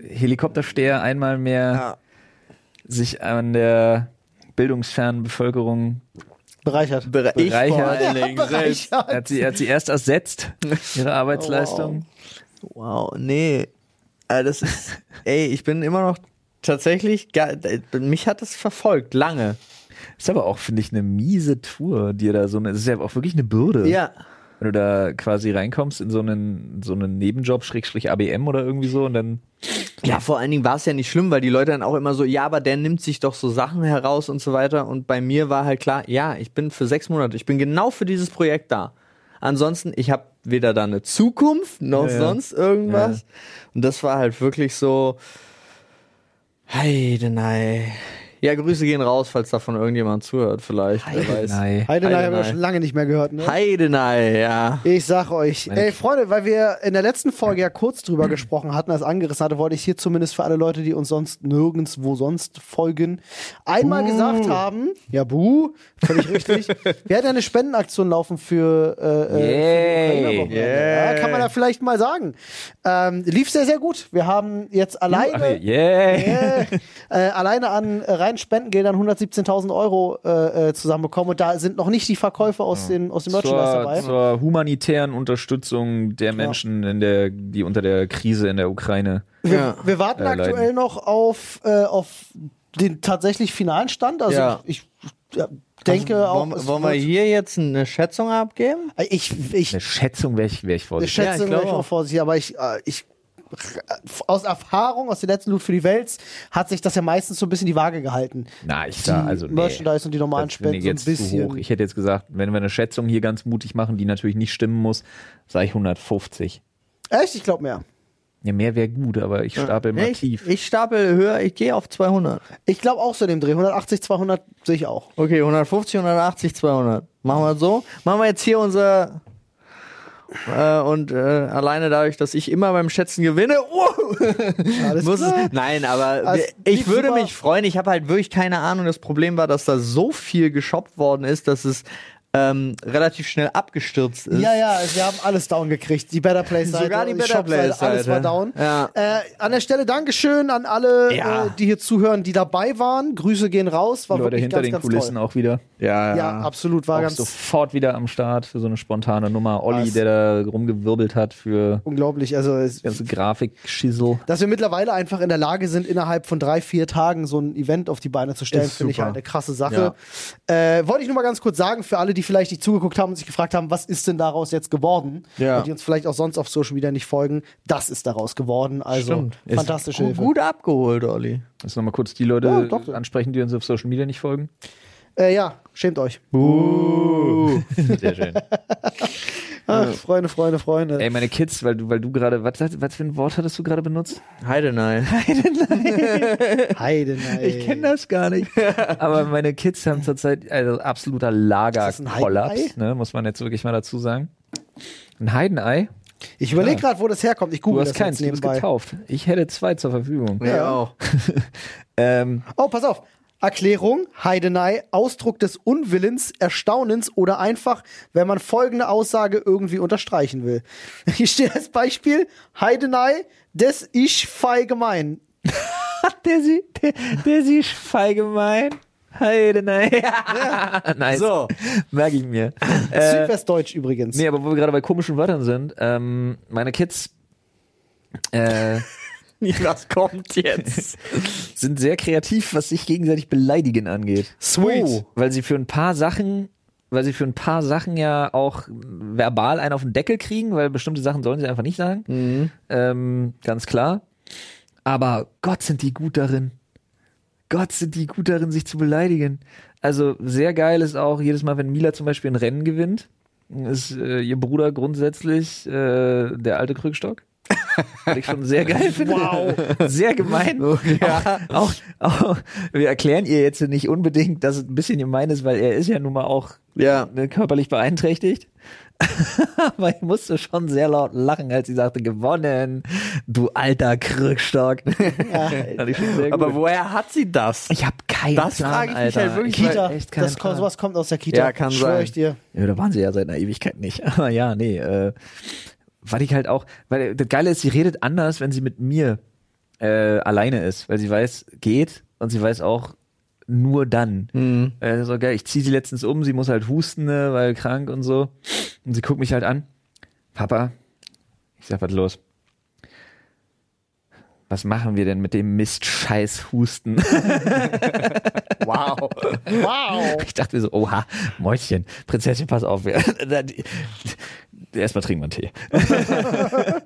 Helikoptersteher einmal mehr Ja. sich an der bildungsfernen Bevölkerung, Bereichert. Bere- Ich vor [LAUGHS] Bereichert. allen Dingen selbst. er hat sie, er hat sie erst ersetzt, ihre Arbeitsleistung. Wow, nee. Also das ist, ey, ich bin immer noch tatsächlich, ga- mich hat es verfolgt, lange. Ist aber auch, finde ich, eine miese Tour, dir da so eine, es ist ja auch wirklich eine Bürde. Wenn du da quasi reinkommst in so einen, so einen Nebenjob, Schrägstrich ABM oder irgendwie so und dann Ja, vor allen Dingen war es ja nicht schlimm, weil die Leute dann auch immer so, ja, aber der nimmt sich doch so Sachen heraus und so weiter. Und bei mir war halt klar, ja, ich bin für sechs Monate, ich bin genau für dieses Projekt da. Ansonsten, ich habe weder da eine Zukunft noch Ja, ja. sonst irgendwas. Und das war halt wirklich so, heide, nei. Ja, Grüße gehen raus, falls davon irgendjemand zuhört, vielleicht. Wer weiß. Heidenei. Heidenei haben wir Heidenei. schon lange nicht mehr gehört, ne? Heidenei, ja. Ich sag euch, Meine ey K- Freunde, weil wir in der letzten Folge ja kurz drüber gesprochen hatten, als angerissen hatte, wollte ich hier zumindest für alle Leute, die uns sonst nirgendwo sonst folgen, einmal gesagt haben, ja buh, völlig [LAUGHS] richtig, wir hatten ja eine Spendenaktion laufen für, äh, äh, Yay. für die Ukraine-Wochenende. Yay. ja, kann man ja vielleicht mal sagen. Ähm, lief sehr, sehr gut. Wir haben jetzt alleine... Ach, Äh, yeah. äh, alleine an äh, reinen Spendengeldern 117.000 Euro äh, äh, zusammenbekommen und da sind noch nicht die Verkäufe aus, den, aus dem Merchandise dabei. Zur, zur humanitären Unterstützung der Menschen, in der, die unter der Krise in der Ukraine. Wir, Ja. wir warten Äh, aktuell leiden. noch auf, äh, auf den tatsächlich finalen Stand. Also Ja. ich, ich ja, denke Also, Wollen, auch. es wollen wir wird- hier jetzt eine Schätzung abgeben? ich, ich, Eine Schätzung wäre ich, wär ich vorsichtig. Ja, ich schätze glaube ich auch auch. vorsichtig, aber ich, äh, ich aus Erfahrung aus der letzten Loot für die Welt hat sich das ja meistens so ein bisschen die Waage gehalten. Na, ich da, Die also nee. Merchandise und die normalen Das finde Spenden ich so ein jetzt zu hoch. bisschen. Ich hätte jetzt gesagt, wenn wir eine Schätzung hier ganz mutig machen, die natürlich nicht stimmen muss, sage ich 150. Echt? Ich glaube mehr. Ja, mehr wäre gut, aber ich stapel mal ich, tief. ich stapel höher, ich gehe auf 200. Ich glaube auch so in dem Dreh. 180, 200 sehe ich auch. Okay, 150, 180, 200. Machen wir so. Machen wir jetzt hier unser. Äh, und äh, alleine dadurch, dass ich immer beim Schätzen gewinne, uh, Alles muss es, klar. nein, aber Also, wir- ich lief würde super. mich freuen. Ich habe halt wirklich keine Ahnung. Das Problem war, dass da so viel geshoppt worden ist, dass es ähm, relativ schnell abgestürzt ist. Ja, ja, wir haben alles down gekriegt. Die Better Place Seite, Sogar die Better Shop-Seite, Place alles war Seite. down. Ja. Äh, an der Stelle Dankeschön an alle, Ja. äh, die hier zuhören, die dabei waren. Grüße gehen raus. War Leute wirklich hinter ganz, den ganz Kulissen toll. auch wieder. ja, Ja, absolut, war Auch ganz sofort wieder am Start für so eine spontane Nummer. Olli, Was? der da rumgewirbelt hat für unglaublich. Also es, ganze Grafik-Schissel. dass wir mittlerweile einfach in der Lage sind, innerhalb von drei, vier Tagen so ein Event auf die Beine zu stellen, Ist finde ich super. halt eine krasse Sache. Äh, Wollte ich nur mal ganz kurz sagen, für alle, die vielleicht nicht zugeguckt haben und sich gefragt haben, was ist denn daraus jetzt geworden? Ja. Und die uns vielleicht auch sonst auf Social Media nicht folgen, das ist daraus geworden. Also Stimmt. Ist fantastische Gut, Hilfe. gut abgeholt, Olli. Lass noch mal kurz die Leute Ja, doch. ansprechen, die uns auf Social Media nicht folgen. Äh, ja, schämt euch. Sehr schön. Ach, Freunde, Freunde, Freunde. [LAUGHS] Äh. Ey, meine Kids, weil du, weil du gerade, was, was für ein Wort hattest du gerade benutzt? Heidenei. Heidenei. Ich kenne das gar [LAUGHS] nicht. Aber meine Kids haben zurzeit also absoluter Ist das ein Lagerkollaps, Heidenei? ne? muss man jetzt wirklich mal dazu sagen. Ein Heidenei? Ich überlege gerade, wo das herkommt. Ich Du google hast das jetzt keins, du bist nebenbei. getauft. Ich hätte zwei zur Verfügung. Ja, [LAUGHS] auch. Ähm, Oh, pass auf. Erklärung, Heidenei, Ausdruck des Unwillens, Erstaunens oder einfach, wenn man folgende Aussage irgendwie unterstreichen will. [LAUGHS] Hier steht als Beispiel Heidenei, des ich fei gemein. [LAUGHS] der, sie, der, der sie ist feigemein. Heidenei. [LAUGHS] nice. So. Merke ich mir. Äh, Südwestdeutsch übrigens. Nee, aber wo wir gerade bei komischen Wörtern sind, ähm, meine Kids äh, [LAUGHS] Was kommt jetzt? sind sehr kreativ, was sich gegenseitig beleidigen angeht. Sweet. Weil sie für ein paar Sachen, weil sie für ein paar Sachen ja auch verbal einen auf den Deckel kriegen, weil bestimmte Sachen sollen sie einfach nicht sagen. Ähm, ganz klar. Aber Gott sind die gut darin. Gott sind die gut darin, sich zu beleidigen. Also sehr geil ist auch jedes Mal, wenn Mila zum Beispiel ein Rennen gewinnt, ist äh, ihr Bruder grundsätzlich äh, der alte Krückstock. Was ich schon sehr geil finde. Wow. Sehr gemein. Ja. Auch, auch, wir erklären ihr jetzt nicht unbedingt, dass es ein bisschen gemein ist, weil er ist ja nun mal auch Ja. ne, körperlich beeinträchtigt. [LAUGHS] Aber ich musste schon sehr laut lachen, als sie sagte, gewonnen, du alter Krückstock. [LAUGHS] Fand ich schon sehr gut. Aber woher hat sie das? ich habe keinen Das Plan, frage ich mich Alter. halt wirklich, Ich hab Kita, echt keinen das kommt, Plan. sowas kommt aus der Kita. Ja, kann Schwör sein. ich dir. Ja, da waren sie ja seit einer Ewigkeit nicht. [LAUGHS] Aber ja, nee. Äh, weil ich halt auch, weil das Geile ist, sie redet anders, wenn sie mit mir äh, alleine ist, weil sie weiß, geht und sie weiß auch nur dann. Äh, so geil, ich ziehe sie letztens um, sie muss halt husten, ne, weil krank und so. Und sie guckt mich halt an. Papa, ich sag, was los? Was machen wir denn mit dem Mist-Scheiß-Husten? Wow. Wow. [LAUGHS] Ich dachte mir so, oha, Mäuschen, Prinzessin, pass auf. wir- [LAUGHS] da- die- Erstmal trinken wir einen Tee.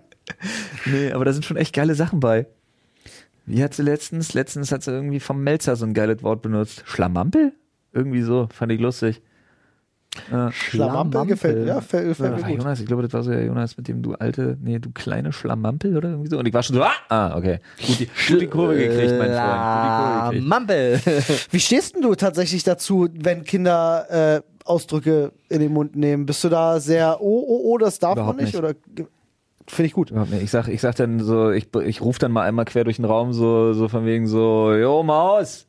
[LAUGHS] nee, aber da sind schon echt geile Sachen bei. Wie hat sie letztens? Letztens hat sie irgendwie vom Melzer so ein geiles Wort benutzt. Schlamampel? Irgendwie so, fand ich lustig. Schlamampel gefällt mir. Ja, fällt, fällt Ach, mir gut. Jonas, ich glaube, das war so der Jonas, mit dem du alte, nee, du kleine Schlamampel oder irgendwie so. Und ich war schon so, ah, ah okay. Gut die, gut die Kurve gekriegt, mein Freund. Gut die Kurve gekriegt. Mampel. Wie stehst denn du tatsächlich dazu, wenn Kinder äh, Ausdrücke in den Mund nehmen? Bist du da sehr, oh, oh, oh, das darf Überhaupt man nicht? nicht. Oder finde ich gut. Überhaupt nicht. Ich sag, ich sag dann so, ich, ich rufe dann mal einmal quer durch den Raum so, so von wegen so, jo Maus,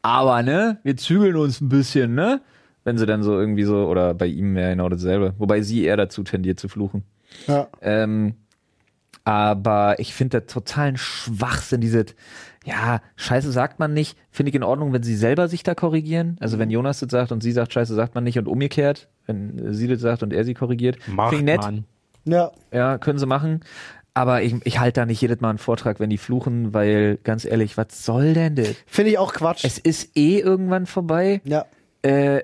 aber ne, wir zügeln uns ein bisschen, ne? Wenn sie dann so irgendwie so, oder bei ihm wäre genau dasselbe. Wobei sie eher dazu tendiert zu fluchen. Ja. Ähm, aber ich finde das totalen Schwachsinn, diese, ja, Scheiße sagt man nicht, finde ich in Ordnung, wenn sie selber sich da korrigieren. Also wenn Jonas das sagt und sie sagt, Scheiße sagt man nicht und umgekehrt, wenn sie das sagt und er sie korrigiert. Finde ich nett. ja. Ja, können sie machen. Aber ich, ich halte da nicht jedes Mal einen Vortrag, wenn die fluchen, weil ganz ehrlich, was soll denn das? Finde ich auch Quatsch. Es ist eh irgendwann vorbei. ja. Äh,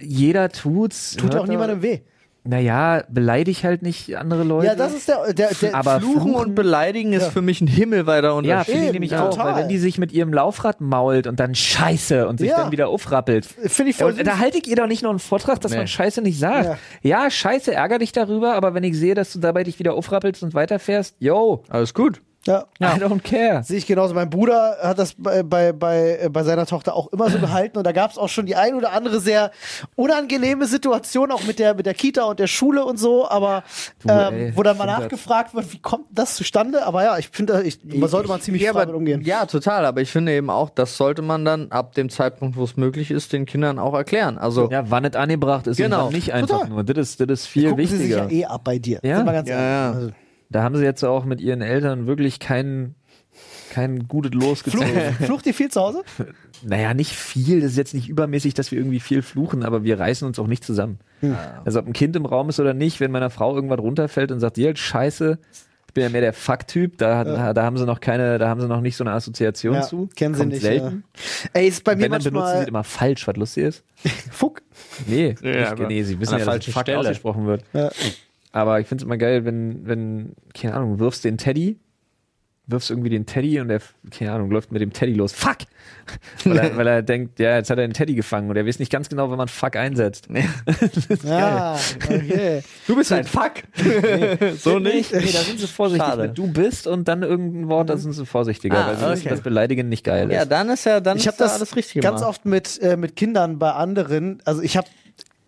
jeder tut's. Tut Hört auch niemandem weh. Naja, beleidig halt nicht andere Leute. Ja, das ist der, der, der Aber Fluchen und Beleidigen ist für mich ein himmelweiter Ja, Unterschied. finde ich Eben, nämlich auch, total. weil wenn die sich mit ihrem Laufrad mault und dann Scheiße und sich Ja. dann wieder aufrappelt. Finde ich voll Und süß. da halte ich ihr doch nicht noch einen Vortrag, dass Nee. man Scheiße nicht sagt. Ja. Scheiße, ärger dich darüber, aber wenn ich sehe, dass du dabei dich wieder aufrappelst und weiterfährst, yo, Alles gut. Ja. I don't care. Sehe ich genauso. Mein Bruder hat das bei, bei, bei, äh, bei seiner Tochter auch immer so gehalten und da gab es auch schon die ein oder andere sehr unangenehme Situation, auch mit der, mit der Kita und der Schule und so, aber ähm, ey, wo dann mal stimmt das. nachgefragt wird, wie kommt das zustande? Aber ja, ich finde, ich, man sollte mal ziemlich ja, frei aber- damit umgehen. Ja, total. Aber ich finde eben auch, das sollte man dann ab dem Zeitpunkt, wo es möglich ist, den Kindern auch erklären. Also Ja, wann es angebracht ist Genau. und wann nicht einfach Total. nur. Das ist, das ist viel Gucken sie sich wichtiger. ja eh ab bei dir. Ja? Sind wir ganz Ja, ehrlich. ja. Also, da haben sie jetzt auch mit ihren Eltern wirklich kein, kein gutes Los gezogen. Fluch, flucht ihr viel zu Hause? [LAUGHS] naja, nicht viel. Das ist jetzt nicht übermäßig, dass wir irgendwie viel fluchen, aber wir reißen uns auch nicht zusammen. Hm. Also ob ein Kind im Raum ist oder nicht, wenn meiner Frau irgendwas runterfällt und sagt, die halt scheiße, ich bin ja mehr der Fuck-Typ, da, da haben sie noch keine, da haben sie noch nicht so eine Assoziation Ja, zu. kennen sie Kommt nicht. Selten. Ja. Ey, ist bei mir Wenn, dann benutzen sie manchmal. das immer falsch, was lustig ist. [LAUGHS] [LAUGHS] Fuck. Nee, Ja, nicht, aber nee, sie wissen an ja, der dass falschen Fuck Stelle. ausgesprochen wird. Ja. Aber ich finde es immer geil, wenn, wenn, keine Ahnung, wirfst den Teddy, wirfst irgendwie den Teddy und der, keine Ahnung, läuft mit dem Teddy los. [LAUGHS] Fuck! Weil er, weil er denkt, ja, jetzt hat er den Teddy gefangen und er weiß nicht ganz genau, wenn man Fuck einsetzt. Ja, Ah, okay. du bist [LAUGHS] ein Fuck. so nicht. Nee, da sind sie vorsichtig Schade. mit du bist und dann irgendein Wort, da sind sie vorsichtiger, Ah, weil sie wissen, okay. dass Beleidigen nicht geil ist. Ja, dann ist ja dann Ich habe ist ja das alles richtig ganz gemacht. oft mit, äh, mit Kindern bei anderen. Also ich habe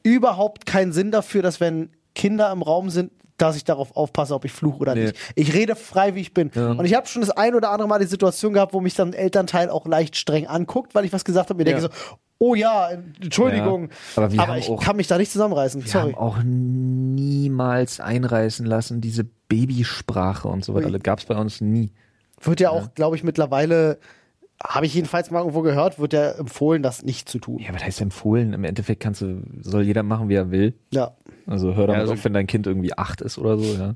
überhaupt keinen Sinn dafür, dass wenn Kinder im Raum sind, dass ich darauf aufpasse, ob ich fluche oder Nee. nicht. Ich rede frei, wie ich bin. Und ich habe schon das ein oder andere Mal die Situation gehabt, wo mich dann ein Elternteil auch leicht streng anguckt, weil ich was gesagt habe. Mir denke so, oh ja, Entschuldigung. Ja. Aber wir haben ich auch- kann mich da nicht zusammenreißen. Wir Sorry. haben auch niemals einreißen lassen, diese Babysprache und so weiter. Das gab es bei uns nie. Wird ja auch, glaube ich, mittlerweile, habe ich jedenfalls mal irgendwo gehört, wird ja empfohlen, das nicht zu tun. Ja, was heißt empfohlen? Im Endeffekt kannst du, soll jeder machen, wie er will. Ja. Also hör damit also- auf, wenn dein Kind irgendwie acht ist oder so, ja.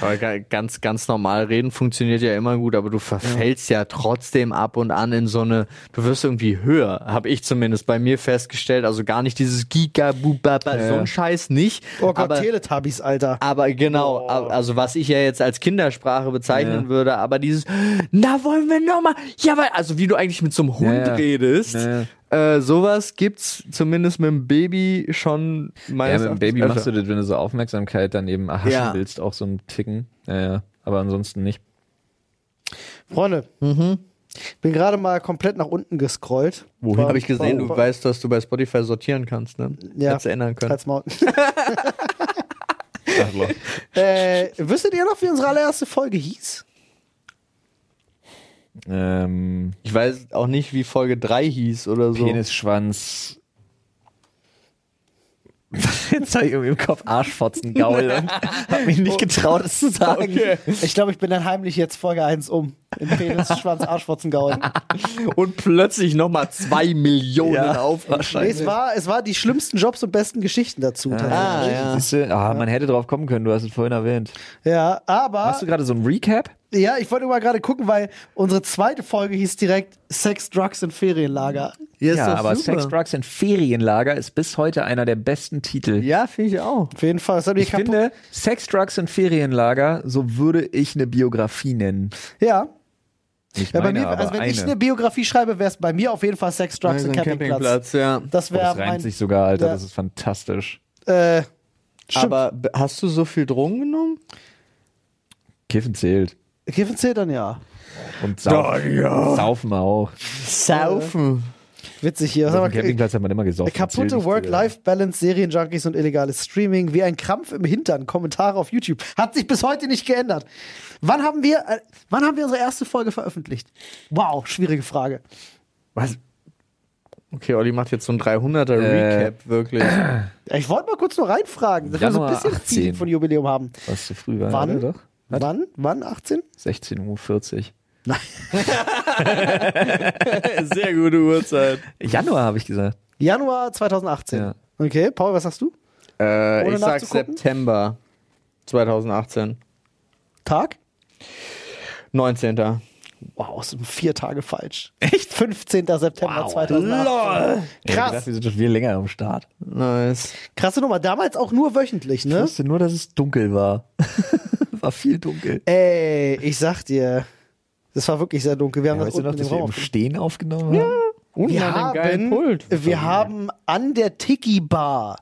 Aber ga- ganz, ganz normal reden funktioniert ja immer gut, aber du verfällst ja trotzdem ab und an in so eine, du wirst irgendwie höher, habe ich zumindest bei mir festgestellt. Also gar nicht dieses Giga, Bubaba, so ein Scheiß nicht. Oh Gott, aber, Teletubbies, Alter. aber genau, Oh. ab- also was ich ja jetzt als Kindersprache bezeichnen würde, aber dieses, na wollen wir nochmal, ja, weil, also wie du eigentlich mit so einem Hund ja. redest. Ja, Äh, sowas gibt's zumindest mit dem Baby schon Ja, mit meistens. dem Baby machst du das, wenn du so Aufmerksamkeit dann eben erhaschen Ja. willst, auch so ein Ticken. Ja, ja. Aber ansonsten nicht. Freunde, bin gerade mal komplett nach unten gescrollt. Mhm. Wohin? Habe ich gesehen, Oh. du weißt, dass du bei Spotify sortieren kannst, ne? Ja. Hättest du ändern können. Halt's Maul. [LAUGHS] Also, [LAUGHS] äh, wüsstet ihr noch, wie unsere allererste Folge hieß? Ähm, Ich weiß auch nicht, wie Folge 3 hieß oder so. Penisschwanz. [LAUGHS] Jetzt habe ich irgendwie im Kopf Arschfotzen, Gaul [LAUGHS] und habe mich nicht getraut, es zu sagen. Ich glaube, ich bin dann heimlich jetzt Folge 1 um. In Penis, Schwanz, Arschfotzengaul. [LAUGHS] Und plötzlich nochmal 2 Millionen [LAUGHS] Ja, auf. Nee, es, war, es war die schlimmsten Jobs und besten Geschichten dazu. tatsächlich. Ah, ja. Siehst du, ah, man hätte drauf kommen können, du hast es vorhin erwähnt. Ja, aber Hast du gerade so ein Recap? ja, ich wollte mal gerade gucken, weil unsere zweite Folge hieß direkt Sex, Drugs und Ferienlager. Hier ist ja, doch aber super. Sex, Drugs in Ferienlager ist bis heute einer der besten Titel. Ja, finde ich auch. Auf jeden Fall. Das hat mich Ich kaputt- finde, Sex, Drugs in Ferienlager, so würde ich eine Biografie nennen. Ja. Nicht Ja, bei meine, mir, also aber wenn eine. ich eine Biografie schreibe, wäre es bei mir auf jeden Fall Sex, Drugs und Campingplatz. ja. Das wäre Oh, das reimt mein. sich sogar, Alter, Ja. das ist fantastisch. Äh, stimmt. Aber b- hast du so viel Drogen genommen? Kiffen zählt. Kiffen zählt dann ja. Und saufen, saufen auch. Äh. Äh, Saufen. Witzig hier. Auf dem Sag mal, Campingplatz hat man immer äh, gesoffen. Zählt kaputte nicht Work-Life-Balance, Serienjunkies und illegales Streaming, wie ein Krampf im Hintern, Kommentare auf YouTube. Hat sich bis heute nicht geändert. Wann haben wir, äh, wann haben wir unsere erste Folge veröffentlicht? Wow, schwierige Frage. Was? Okay, Olli macht jetzt so ein 300er Äh. Recap, [LAUGHS] wirklich. Ich wollte mal kurz nur reinfragen, dass wir so ein Januar bisschen 18. Feeling von Jubiläum haben. zu- Was zu früh war. Wann? oder doch? Was? Wann? Wann? 18? 16.40 Uhr. Nein. Sehr gute Uhrzeit. Januar habe ich gesagt. Januar 2018. Ja. Okay, Paul, was sagst du? Äh, Ohne ich sag nachzugucken? September 2018. Tag? 19. Wow, sind vier Tage falsch. Echt? 15. September 2018. Gedacht, Krass, Ne? wir sind schon viel länger am Start. Nice. krasse Nummer. Damals auch nur wöchentlich, Ich ne? wusste nur, dass es dunkel war. [LAUGHS] war viel dunkel. Ey, ich sag dir, das war wirklich sehr dunkel. Wir haben Ja, das weißt du unten noch, im dass wir Raum im Uh, aufgenommen. Stehen aufgenommen haben? Und wir an dem geilen haben, Pult. wir haben an der Tiki Bar,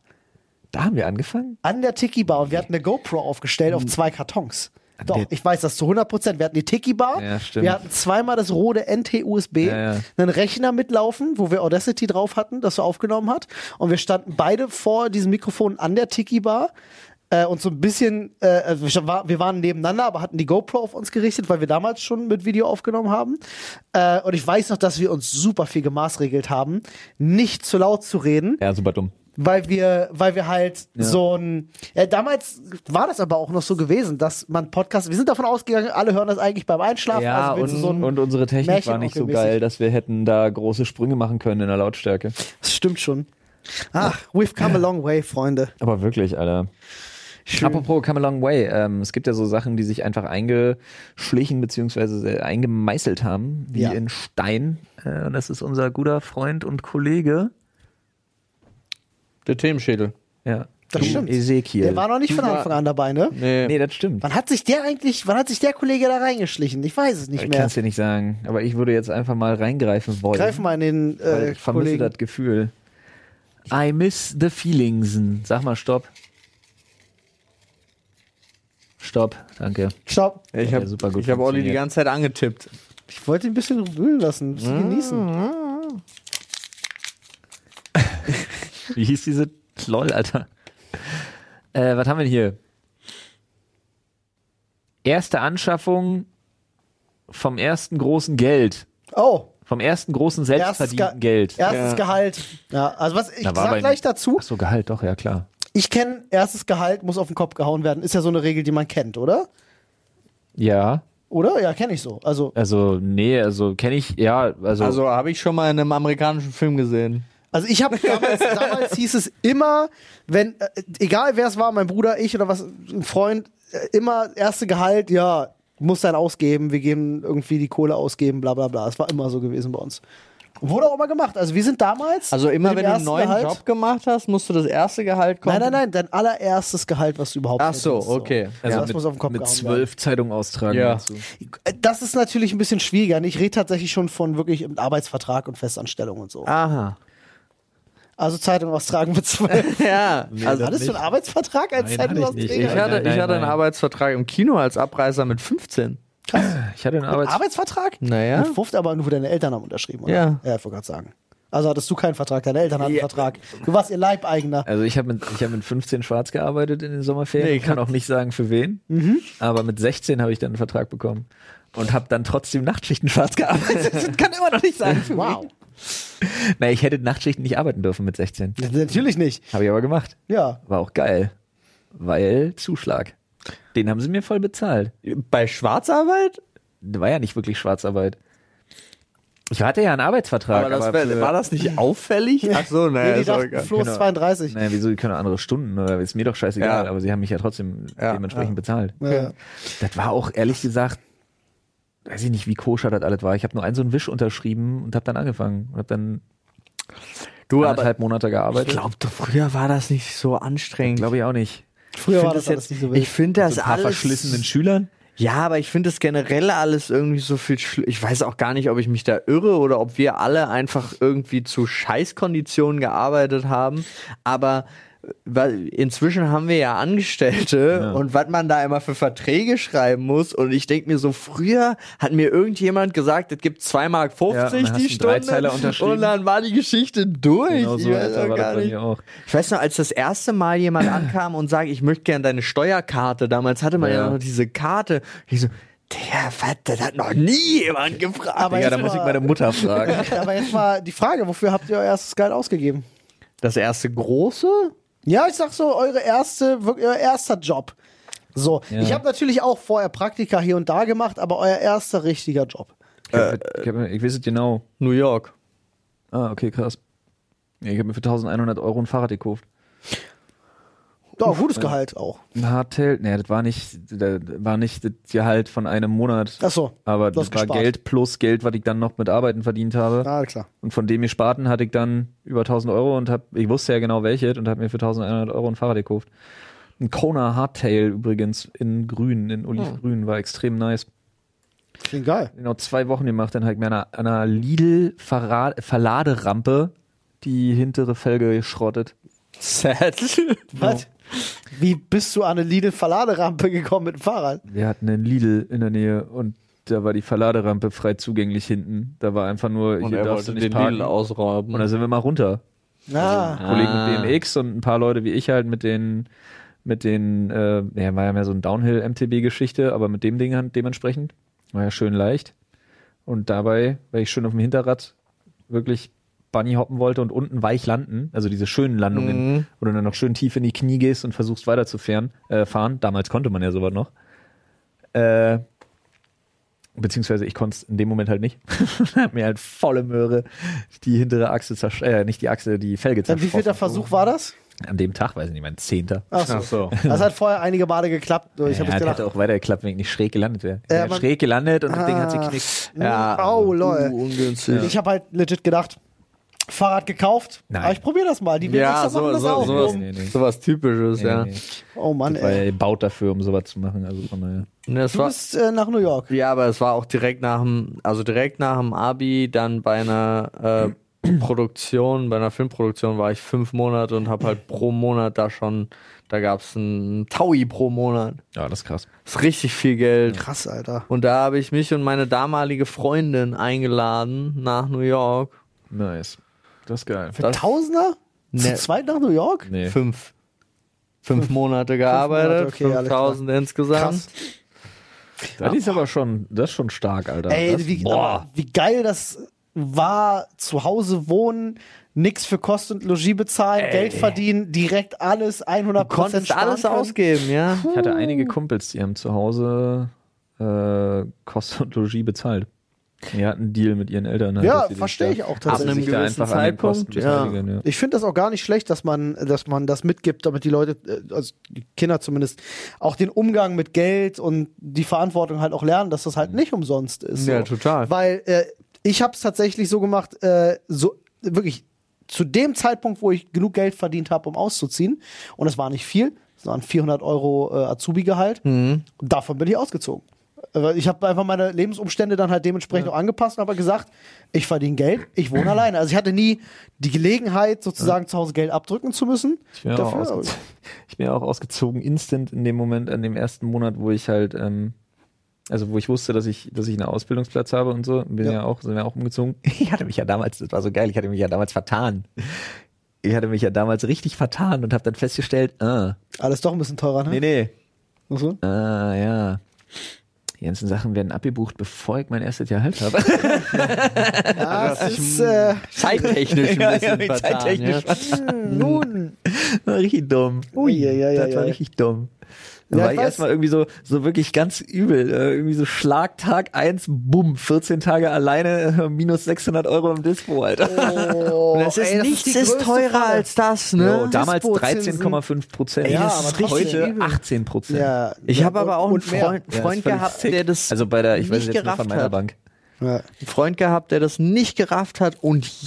Da haben wir angefangen. an der Tiki Bar und wir hatten eine GoPro aufgestellt auf zwei Kartons. Doch, Hm. der- ich weiß das zu 100 Prozent. Wir hatten die Tiki Bar, Ja, stimmt. wir hatten zweimal das Rode NT-USB, Ja, ja. einen Rechner mitlaufen, wo wir Audacity drauf hatten, das so aufgenommen hat. Und wir standen beide vor diesem Mikrofon an der Tiki Bar. Äh, und so ein bisschen, äh, also wir war- wir waren nebeneinander, aber hatten die GoPro auf uns gerichtet, weil wir damals schon mit Video aufgenommen haben. Äh, und ich weiß noch, dass wir uns super viel gemaßregelt haben, nicht zu laut zu reden Ja, super dumm. weil wir, weil wir halt so ein. Ja, damals war das aber auch noch so gewesen, dass man Podcast. Wir sind davon ausgegangen, alle hören das eigentlich beim Einschlafen. Ja, also willst und, du so ein, und unsere Technik war Märchenonkel nicht so mäßig. geil, dass wir hätten da große Sprünge machen können in der Lautstärke. Das stimmt schon. Ach, we've come a long way, Freunde. Aber wirklich, Alter. Schön. Apropos Come a Long Way, ähm, es gibt ja so Sachen, die sich einfach eingeschlichen bzw. eingemeißelt haben, wie Ja. in Stein. Äh, und das ist unser guter Freund und Kollege. Der Themenschädel. Ja. Das stimmt. Ezekiel. Der war noch nicht von Du war- Anfang an dabei, ne? Nee. nee, das stimmt. Wann hat sich der eigentlich, wann hat sich der Kollege da reingeschlichen? Ich weiß es nicht Ich mehr. kann es dir nicht sagen, aber ich würde jetzt einfach mal reingreifen wollen. Greif mal in den weil äh, ich vermisse Kollegen. das Gefühl. I miss the feelings. Sag mal, stopp. Stopp, danke. Stopp. Ich Ja, habe super gut hab Olli die funktioniert. ganze Zeit angetippt. Ich wollte ihn ein bisschen wühlen lassen, ein bisschen Mm. genießen. Wie hieß diese? Lol, Alter. Äh, was haben wir denn hier? Erste Anschaffung vom ersten großen Geld. Oh, Vom ersten großen Ge- selbstverdienten Geld. erstes Ja. Gehalt. Ja, also was, ich Da war sag bei- gleich dazu. Achso, Gehalt, doch, ja klar. Ich kenne, erstes Gehalt muss auf den Kopf gehauen werden. Ist ja so eine Regel, die man kennt, oder? Ja, Oder? Ja, kenne ich so. Also, also, nee, also kenne ich, ja, also, Also habe ich schon mal in einem amerikanischen Film gesehen. also ich habe [LAUGHS] damals, damals hieß es immer, wenn, äh, egal wer es war, mein Bruder, ich oder was, ein Freund, äh, immer erste Gehalt, ja, muss dann ausgeben, wir geben irgendwie die Kohle ausgeben, bla bla bla. Es war immer so gewesen bei uns. Und wurde auch immer gemacht. Also wir sind damals. Also immer, mit dem wenn du einen ersten neuen Gehalt, Job gemacht hast, musst du das erste Gehalt kommen. Nein, nein, nein, dein allererstes Gehalt, was du überhaupt Ach so, verdienst, okay. Also also das muss auf den Kopf mit gehauen zwölf Zeitungen austragen. Ja. dazu. Äh, Das ist natürlich ein bisschen schwieriger. Ich rede tatsächlich schon von wirklich im Arbeitsvertrag und Festanstellung und so. Aha. Also Zeitung austragen mit [LAUGHS] zwölf. Ja, also Hattest du einen Arbeitsvertrag als Nein, hatte ich nicht. Zeitungsausträger? ich hatte, Nein, nein, ich hatte einen nein. Arbeitsvertrag im Kino als Abreißer mit 15. Ich hatte einen Arbeits Arbeitsvertrag? Naja. [LAUGHS] Mit 50, aber nur deine Eltern haben unterschrieben, oder? Ja. Ja, ich wollte gerade sagen. Also hattest du keinen Vertrag, deine Eltern hatten einen Vertrag. Du warst ihr Leibeigener. Also ich habe mit, ich hab mit 15 schwarz gearbeitet in den Sommerferien. Nee, Mhm. ich kann auch nicht sagen für wen. Aber mit 16 habe ich dann einen Vertrag bekommen und habe dann trotzdem Nachtschichten schwarz [LAUGHS] gearbeitet. Ich kann immer noch nicht sagen für Wow. wen. Naja, ich hätte Nachtschichten nicht arbeiten dürfen mit 16. Natürlich nicht. Habe ich aber gemacht. Ja. War auch geil. Weil Zuschlag. Den haben sie mir voll bezahlt. Bei Schwarzarbeit? War ja nicht wirklich Schwarzarbeit. Ich hatte ja einen Arbeitsvertrag. Aber das aber wär- für- war das nicht auffällig? Ach so, Nee, naja, die ist auch dachten, egal. Flo ist Genau. 32. Naja, wieso, die können auch andere Stunden, oder? ist mir doch scheißegal, Ja. aber sie haben mich ja trotzdem Ja, dementsprechend bezahlt. Ja. Das war auch ehrlich gesagt, weiß ich nicht, wie koscher das alles war. Ich habe nur einen so einen Wisch unterschrieben und habe dann angefangen und habe dann Du, aber anderthalb Monate ich gearbeitet. glaube, früher war das nicht so anstrengend. Glaube ich auch nicht. Früher Ich war finde das das alles jetzt nicht so ich wild. finde das so ein paar alles verschlissenen Schülern. Ja, aber ich finde es generell alles irgendwie so viel schl- Ich weiß auch gar nicht, ob ich mich da irre oder ob wir alle einfach irgendwie zu Scheißkonditionen gearbeitet haben. Aber äh, wa- inzwischen haben wir ja Angestellte und was man da immer für Verträge schreiben muss. Und ich denke mir so, früher hat mir irgendjemand gesagt, es gibt 2,50 Mark Ja, und dann hast du die einen Dreizeiler Stunde. unterschrieben. Und dann war die Geschichte durch. Genau so, ich, weiß Alter, auch war das gar bei nicht. mir auch. ich weiß noch, als das erste Mal jemand ankam und sagte, ich möchte gerne deine Steuerkarte. Damals hatte man ja, Ja. noch diese Karte. Ich so, der, was, das hat noch nie jemand gefragt. Aber Ja, jetzt da muss ich mal- meine Mutter [LAUGHS] fragen. Aber jetzt mal die Frage, wofür habt ihr euer erstes Geld ausgegeben? das erste große? Ja, ich sag so, eure erste, wirklich euer erster Job. So, Ja. ich habe natürlich auch vorher Praktika hier und da gemacht, aber euer erster richtiger Job. Ich, Äh. hab, ich, hab, ich weiß es genau. New York. Ah, okay, krass. Ja, Ich habe mir für 1100 Euro ein Fahrrad gekauft. Doch, gutes Gehalt auch. Ein Hardtail, nee, das war nicht, das war nicht das Gehalt von einem Monat. Ach so, Aber du das hast war gespart. Geld plus Geld, was ich dann noch mit Arbeiten verdient Ah, habe. Na Ah, klar. Und von dem gesparten hatte ich dann über 1000 Euro und hab, ich wusste ja genau welches und habe mir für 1100 Euro ein Fahrrad gekauft. Ein Kona Hardtail übrigens in grün, in olivgrün, war extrem nice. Klingt geil. Genau zwei Wochen gemacht, dann habe ich mir an einer, an einer Lidl Verra- Verladerampe die hintere Felge geschrottet. [LAUGHS] Sad. Was? Wie bist du an eine Lidl-Verladerampe gekommen mit dem Fahrrad? Wir hatten einen Lidl in der Nähe und da war die Verladerampe frei zugänglich hinten. Da war einfach nur, hier darfst du nicht parken. ausrauben. Und da sind wir mal runter. Also, Na, Kollegen Ah. mit BMX und ein paar Leute wie ich halt mit den, mit den, äh, ja, war ja mehr so ein Downhill-MTB-Geschichte, aber mit dem Ding halt dementsprechend. War ja schön leicht. Und dabei, weil ich schön auf dem Hinterrad wirklich Bunny hoppen wollte und unten weich landen, also diese schönen Landungen, Mhm. wo du dann noch schön tief in die Knie gehst und versuchst weiterzufahren. Äh, fahren. Damals konnte man ja sowas noch. Äh, beziehungsweise ich konnte es in dem Moment halt nicht. [LAUGHS] Hat mir halt volle Möhre die hintere Achse, zersch- äh, nicht die Achse, die Felge dann zerschossen. wie viel der Versuch war das? An dem Tag, weiß ich nicht, mein Zehnter. Ach so. Das hat vorher einige Male geklappt. nur Also Ich habe ja, nicht das gedacht. hätte auch weitergeklappt, wenn ich nicht schräg gelandet wäre. Ich Äh, wär man- schräg gelandet und das Ding hat sich Ah. knickt. Ja. Oh, lol. Uh, ungünstig. Ich habe halt legit gedacht, Fahrrad gekauft. Nein. Aber ich probiere das mal. Die Ja, Winchester machen so, das so, auch. sowas, Nee, nee. sowas typisches, ja. Nee, nee. Oh Mann, ey. Weil er baut dafür, um sowas zu machen. Also von daher. Nee, das Du war, bist äh, nach New York. ja, aber es war auch direkt nach dem, also direkt nach dem Abi, dann bei einer äh, Produktion, bei einer Filmproduktion war ich fünf Monate und habe halt pro Monat da schon, da gab es einen Taui pro Monat. Ja, das ist krass. ist richtig viel Geld. Krass, Alter. Und da habe ich mich und meine damalige Freundin eingeladen nach New York. Nice. Das ist geil. Für Das- Tausender? Zu Ne. zweit nach New York? Nee. Fünf. Fünf Monate gearbeitet, okay, alles klar. 5000 insgesamt. Krass. Das ist aber schon, das ist schon stark, Alter. Ey, das, wie, boah. aber wie geil das war, zu Hause wohnen, nix für Kost und Logis bezahlen, Geld verdienen, direkt alles 100% Du konntest sparen alles können. ausgeben, ja. Ich hatte einige Kumpels, die haben zu Hause äh, Kost und Logis bezahlt. Die hatten einen Deal mit ihren Eltern. halt, Ja, dass sie sich verstehe da- ich auch dass sie Ab einem tatsächlich. sich da gewissen einfach an den Kosten Zeitpunkt, ja. beteiligen, ja. Ich finde das auch gar nicht schlecht, dass man, dass man das mitgibt, damit die Leute, äh, also die Kinder zumindest, auch den Umgang mit Geld und die Verantwortung halt auch lernen, dass das halt nicht umsonst ist. Mhm. Ja, so. total. Weil äh, ich habe es tatsächlich so gemacht, äh, so wirklich zu dem Zeitpunkt, wo ich genug Geld verdient habe, um auszuziehen, und es war nicht viel, es waren 400 Euro äh, Azubi-Gehalt, und davon bin ich ausgezogen. Äh, Ich habe einfach meine Lebensumstände dann halt dementsprechend auch angepasst und habe gesagt, ich verdiene Geld, ich wohne alleine. Also ich hatte nie die Gelegenheit, sozusagen zu Hause Geld abdrücken zu müssen. Ich bin, auch ausgezogen, [LAUGHS] ich bin ja auch ausgezogen instant in dem Moment, in dem ersten Monat, wo ich halt, ähm, also wo ich wusste, dass ich, dass ich einen Ausbildungsplatz habe und so, bin ja, Ja. auch, sind wir auch umgezogen. [LAUGHS] Ich hatte mich ja damals, das war so geil, ich hatte mich ja damals vertan. Ich hatte mich ja damals richtig vertan und habe dann festgestellt, ah, Alles doch ein bisschen teurer, ne? nee, nee, Ach so. ah, ja. Die ganzen Sachen werden abgebucht, bevor ich mein erstes Jahr halt habe. Ja, das ist, äh, Zeittechnisch [LAUGHS] ein Ja, bisschen ja, mit vertan, zeittechnisch Hm, ja. nun. [LAUGHS] War richtig dumm. Ui, ja, ja, ja, das war ja. richtig dumm. Da Ja, ich war ich weiß. erstmal irgendwie so, so wirklich ganz übel. Äh, irgendwie so Schlagtag 1, bumm, 14 Tage alleine, äh, minus 600 Euro im Dispo, Alter. [LAUGHS] Oh, Und das ist, ey, das nichts die ist größte teurer Falle. als das, ne? Jo, damals Dispo-Zinsen. 13,5 Prozent. Ey, das Ja, ist aber heute richtig übel. 18 Prozent. Ja, ich ja, habe aber und- auch einen und mehr. Freund, das ist Freund völlig gehabt, sick. der das Also bei der, ich weiß nicht jetzt nur von gerafft meiner hat. Bank. Ja. einen Freund gehabt, der das nicht gerafft hat und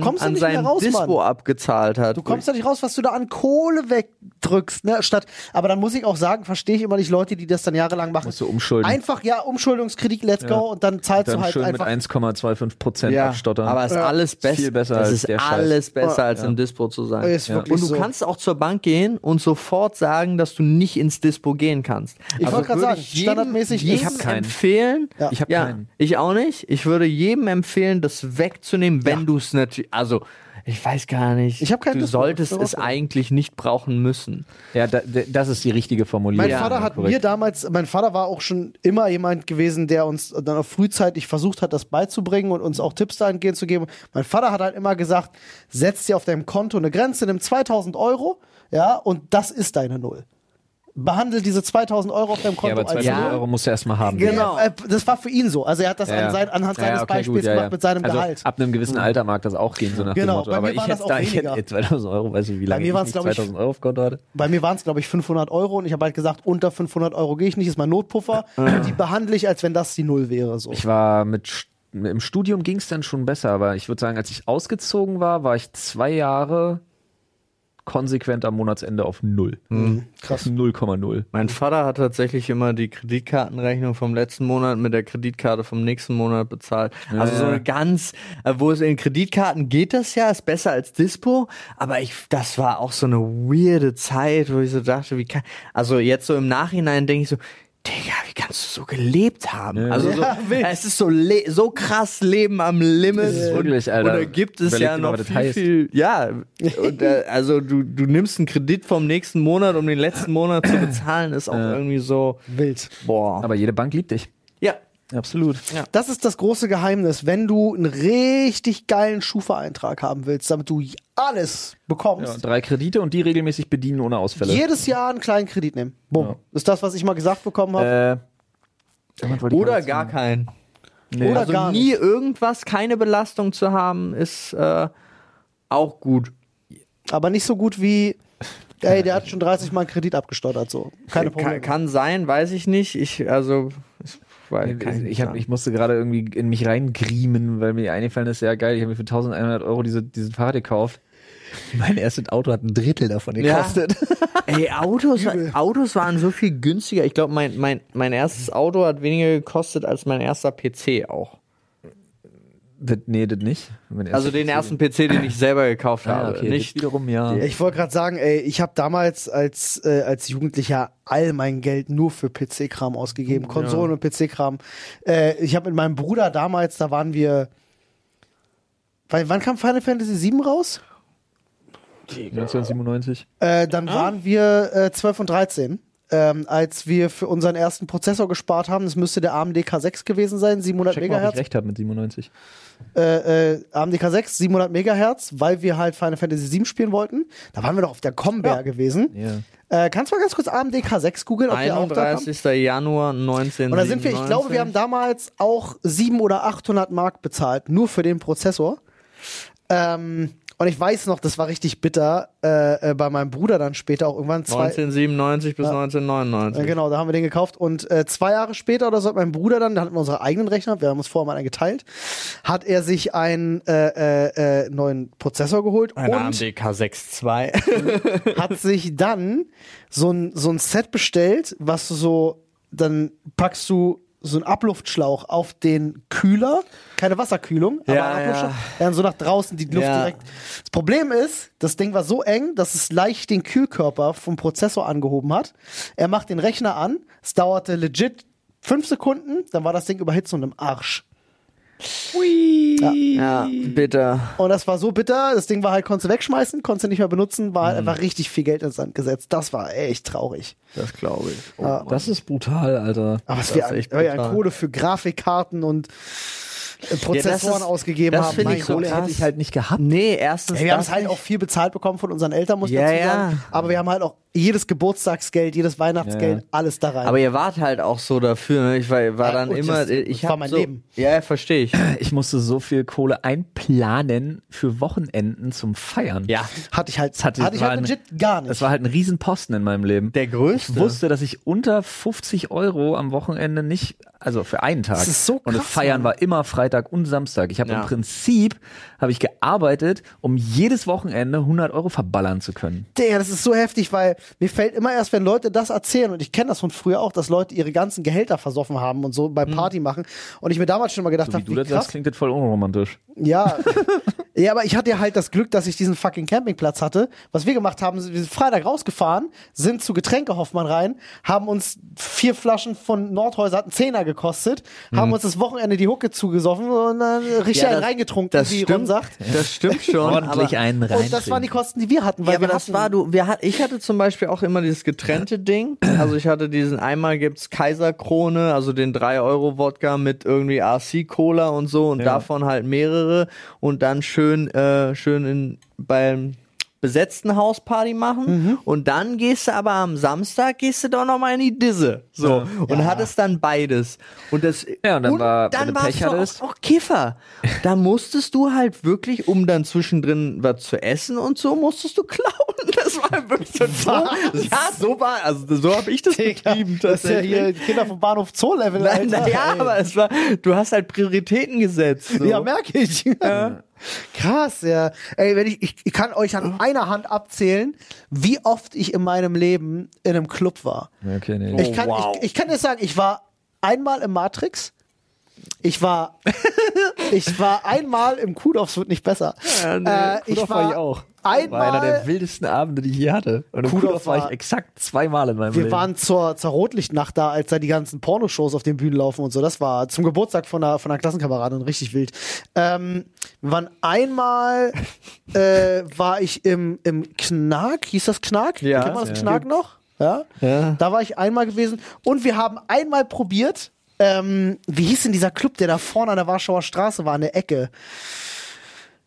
Du kommst da an nicht mehr sein raus, Mann. Dispo abgezahlt hat. Du kommst da nicht raus, was du da an Kohle wegdrückst, ne? Statt, aber dann muss ich auch sagen, verstehe ich immer nicht Leute, die das dann jahrelang machen. Musst du umschulden. Einfach, ja, Umschuldungskredit, let's go, und dann zahlst Dann du halt schön mit einfach. 1,25 Prozent ja, abstottern. aber ist Ja. alles besser. Viel besser das als ist der Scheiß. alles besser Ja. als im Dispo zu sein. Ist Und wirklich du so. kannst auch zur Bank gehen und sofort sagen, dass du nicht ins Dispo gehen kannst. Also Ich wollte gerade würde sagen, jedem- standardmäßig jedem ist- Ich hab keinen. empfehlen. Ja. Ich hab ja, keinen. Ich auch nicht. Ich würde jedem empfehlen, das wegzunehmen, wenn Ja. du es natürlich. Also ich weiß gar nicht. Ich hab keinen du Dispo, solltest ich bin es auch so. eigentlich nicht brauchen müssen. ja, da, da- das ist die richtige Formulierung. Mein Vater hat mir damals, mein Vater war auch schon immer jemand gewesen, der uns dann auch frühzeitig versucht hat, das beizubringen und uns auch Tipps dahingehend zu geben. Mein Vater hat halt immer gesagt, setz dir auf deinem Konto eine Grenze, nimm 2000 Euro, ja, und das ist deine Null. Behandle diese 2000 Euro auf deinem Ja, Konto aber 200 als Ja. Null. Euro musst du erstmal haben. Genau. Äh, Das war für ihn so. Also er hat das Oh. Ja, ja. an sein, anhand Ja, seines ja, okay, Beispiels gut, ja, gemacht ja. mit seinem also, Gehalt. Ab einem gewissen Alter mag das auch gehen, so nach Genau, dem Motto. bei Aber mir ich war das hätte auch da ich weniger. hätte 2000 Euro, weiß nicht, wie lange mir ich war's, nicht glaub ich, 2000 Euro auf Konto hatte. Bei mir waren es, glaube ich, 500 Euro und ich habe halt gesagt, unter 500 Euro gehe ich nicht, ist mein Notpuffer. Und die behandle ich, als wenn das die Null wäre. So. Ich war mit St- im Studium ging es dann schon besser, aber ich würde sagen, als ich ausgezogen war, war ich zwei Jahre konsequent am Monatsende auf null. Auf Mhm, Krass. 0,0. Mein Vater hat tatsächlich immer die Kreditkartenrechnung vom letzten Monat mit der Kreditkarte vom nächsten Monat bezahlt. Also so ja. eine ganz, äh, wo es in Kreditkarten geht das ja, ist besser als Dispo, aber ich, das war auch so eine weirde Zeit, wo ich so dachte, wie kann, also jetzt so im Nachhinein denke ich so, Digga, wie kannst du so gelebt haben? Ja. Also so, Ja, wild. es ist so, le so krass Leben am Limit. ist Und- wirklich, Alter. Oder gibt es Überleg ja dir mal, noch was das viel, heißt. viel, ja. Und, äh, also du, du nimmst einen Kredit vom nächsten Monat, um den letzten Monat zu bezahlen, ist auch irgendwie so, Wild. boah. Aber jede Bank liebt dich. ja, Absolut. Das ist das große Geheimnis. Wenn du einen richtig geilen Schufa-Eintrag haben willst, damit du alles Ja, bekommst, drei Kredite und die regelmäßig bedienen ohne Ausfälle. jedes Jahr einen kleinen Kredit nehmen. Bumm. Ja. Ist das, was ich mal gesagt bekommen habe. Äh, irgendwas wollte ich oder noch gar keinen. sagen. nee. oder also, gar Also nie irgendwas, keine Belastung zu haben, ist äh, auch gut. Aber nicht so gut wie, ey, [LAUGHS] der hat schon 30 Mal einen Kredit abgestottert. So. Keine Probleme. Kann, kann sein, weiß ich nicht. Ich, also, ich, weiß, kann Ich, nicht ich, hab, sagen. ich musste gerade irgendwie in mich reingriemen, weil mir eingefallen ist, ja geil, ich habe mir für 1100 Euro diese, diesen Fahrrad gekauft. Mein erstes Auto hat ein Drittel davon gekostet. Ey, Autos, Autos waren so viel günstiger. Ich glaube, mein, mein, mein erstes Auto hat weniger gekostet als mein erster PC auch. Das, nee, das nicht. Mein Also erster- den ersten PC, den ich [LAUGHS] selber gekauft Ah, habe. okay, das Nicht wiederum, ja. Ich wollte gerade sagen, ey, ich habe damals als, äh, als Jugendlicher all mein Geld nur für PC-Kram ausgegeben, Konsolen und PC-Kram. Äh, ich habe mit meinem Bruder damals, da waren wir. Weil, wann kam Final Fantasy VII raus? 1997. Äh, dann Ah. waren wir äh, 12 und 13. Ähm, als wir für unseren ersten Prozessor gespart haben, das müsste der AMD K6 gewesen sein, 700 Check mal, ob ich Megahertz. recht habe mit 97. äh, äh, AMD K6, 700 Megahertz, weil wir halt Final Fantasy 7 spielen wollten. Da waren wir doch auf der Combear gewesen. Ja. Äh, kannst du mal ganz kurz AMD K6 googeln, ob der auch da kam? 31. Januar 1997. Und da sind wir, ich glaube, wir haben damals auch 700 oder 800 Mark bezahlt, nur für den Prozessor. Ähm, und ich weiß noch, das war richtig bitter, äh, äh, bei meinem Bruder dann später auch irgendwann zwei, 1997 bis Ja, 1999. genau, da haben wir den gekauft und äh, zwei Jahre später oder so hat mein Bruder dann, da hatten wir unsere eigenen Rechner, wir haben uns vorher mal einen geteilt, hat er sich einen äh, äh, äh, neuen Prozessor geholt Ein und [LAUGHS] AMD K62. hat sich dann so ein, so ein Set bestellt, was du so, dann packst du so einen Abluftschlauch auf den Kühler, keine Wasserkühlung, aber Ja, einen ja. Abluftschlauch, ja. dann so nach draußen die Luft Ja. direkt. Das Problem ist, das Ding war so eng, dass es leicht den Kühlkörper vom Prozessor angehoben hat. Er macht den Rechner an, es dauerte legit fünf Sekunden, dann war das Ding überhitzt und im Arsch. ja, bitter. Und das war so bitter, das Ding war halt, konntest du wegschmeißen, konntest du nicht mehr benutzen, war halt Mhm. einfach richtig viel Geld ins Sand gesetzt. Das war echt traurig. Das glaube ich. Das ist brutal, Alter. Aber was Das wir ist an, echt wir an brutal. Kohle für Grafikkarten und äh, Prozessoren ist- ausgegeben das haben. finde Meine ich so Kohle krass. hätte Hätte ich halt nicht gehabt. Nee, erstens. Ey, wir haben das es halt nicht. auch viel bezahlt bekommen von unseren Eltern, muss ich Ja, dazu sagen. ja. Aber wir haben halt auch jedes Geburtstagsgeld, jedes Weihnachtsgeld, Ja, ja. alles da rein. Aber ihr wart halt auch so dafür. Ne? Ich war, war Ja, dann und immer. das- das ich war hab mein so, Leben. Ja, verstehe ich. Ich musste so viel Kohle einplanen für Wochenenden zum Feiern. Ja. hatte ich halt, Das hatte, hatte, ich war halt ein- legit gar nicht. Das war halt ein Riesenposten in meinem Leben. Der größte. Ich wusste, dass ich unter 50 Euro am Wochenende nicht, also für einen Tag. Das ist so Und das krass, Feiern Mann. war immer Freitag und Samstag. Ich habe Ja. im Prinzip habe ich gearbeitet, um jedes Wochenende 100 Euro verballern zu können. Digga, das ist so heftig, weil mir fällt immer erst, wenn Leute das erzählen, und ich kenne das von früher auch, dass Leute ihre ganzen Gehälter versoffen haben und so bei Party machen. Und ich mir damals schon mal gedacht So wie habe, du wie das krass. sagst, klingt das voll unromantisch. Ja. ja, aber ich hatte ja halt das Glück, dass ich diesen fucking Campingplatz hatte. Was wir gemacht haben, wir sind Freitag rausgefahren, sind zu Getränke Hoffmann rein, haben uns vier Flaschen von Nordhäuser, hatten Zehner gekostet, haben uns das Wochenende die Hucke zugesoffen und dann richtig Hm. Ja, einen das- reingetrunken, das wie stimmt, Ron sagt. Das [LAUGHS] stimmt schon. aber, Ordentlich einen rein. Und das waren die Kosten, die wir hatten, weil ja, aber wir das hatten, war du. Wir hat, ich hatte zum Beispiel auch immer dieses getrennte Ding. Also ich hatte diesen einmal gibt's Kaiserkrone, also den 3 Euro Wodka mit irgendwie RC Cola und so und davon halt mehrere und dann schön äh, schön in beim besetzten Hausparty machen Mhm. und dann gehst du aber am Samstag gehst du doch noch mal in die Disse so und hattest dann beides und das Ja, und dann war- wenn du warst Pech du auch- hattest- auch Kiffer. Da musstest du halt wirklich, um dann zwischendrin was zu essen und so, musstest du klauen. Das war halt wirklich so. [LAUGHS] Was? Ja, so war, also so habe ich das getrieben [LAUGHS] das ist ja tatsächlich. hier Kinder vom Bahnhof Zoo Level, Nein, Alter. naja, Ey. aber es war, du hast halt Prioritäten gesetzt. So. Ja, merke [LAUGHS] ich. Krass, ja. Ey, wenn ich, ich, ich kann euch an einer Hand abzählen, wie oft ich in meinem Leben in einem Club war. Okay, nee. Ich kann, wow. ich, ich kann jetzt sagen, ich war einmal im Matrix. Ich [LAUGHS] war, ich war einmal im Kudorfs wird nicht besser. Äh, Ja, nee, Kudorf war ich auch. Einmal, war einer der wildesten Abende, die ich je hatte. Und im Kudorf Kudorf war ich war- exakt zweimal in meinem wir Leben. waren zur, zur Rotlichtnacht da, als da die ganzen Pornoshows auf den Bühnen laufen und so. Das war zum Geburtstag von einer, von einer Klassenkameradin richtig wild. Ähm, wir waren einmal, äh, war ich im, im Knark, hieß das Knark? Ja. Kennt man das Ja. Knark noch? Ja? Ja. Da war ich einmal gewesen und wir haben einmal probiert, ähm, wie hieß denn dieser Club, der da vorne an der Warschauer Straße war, an der Ecke?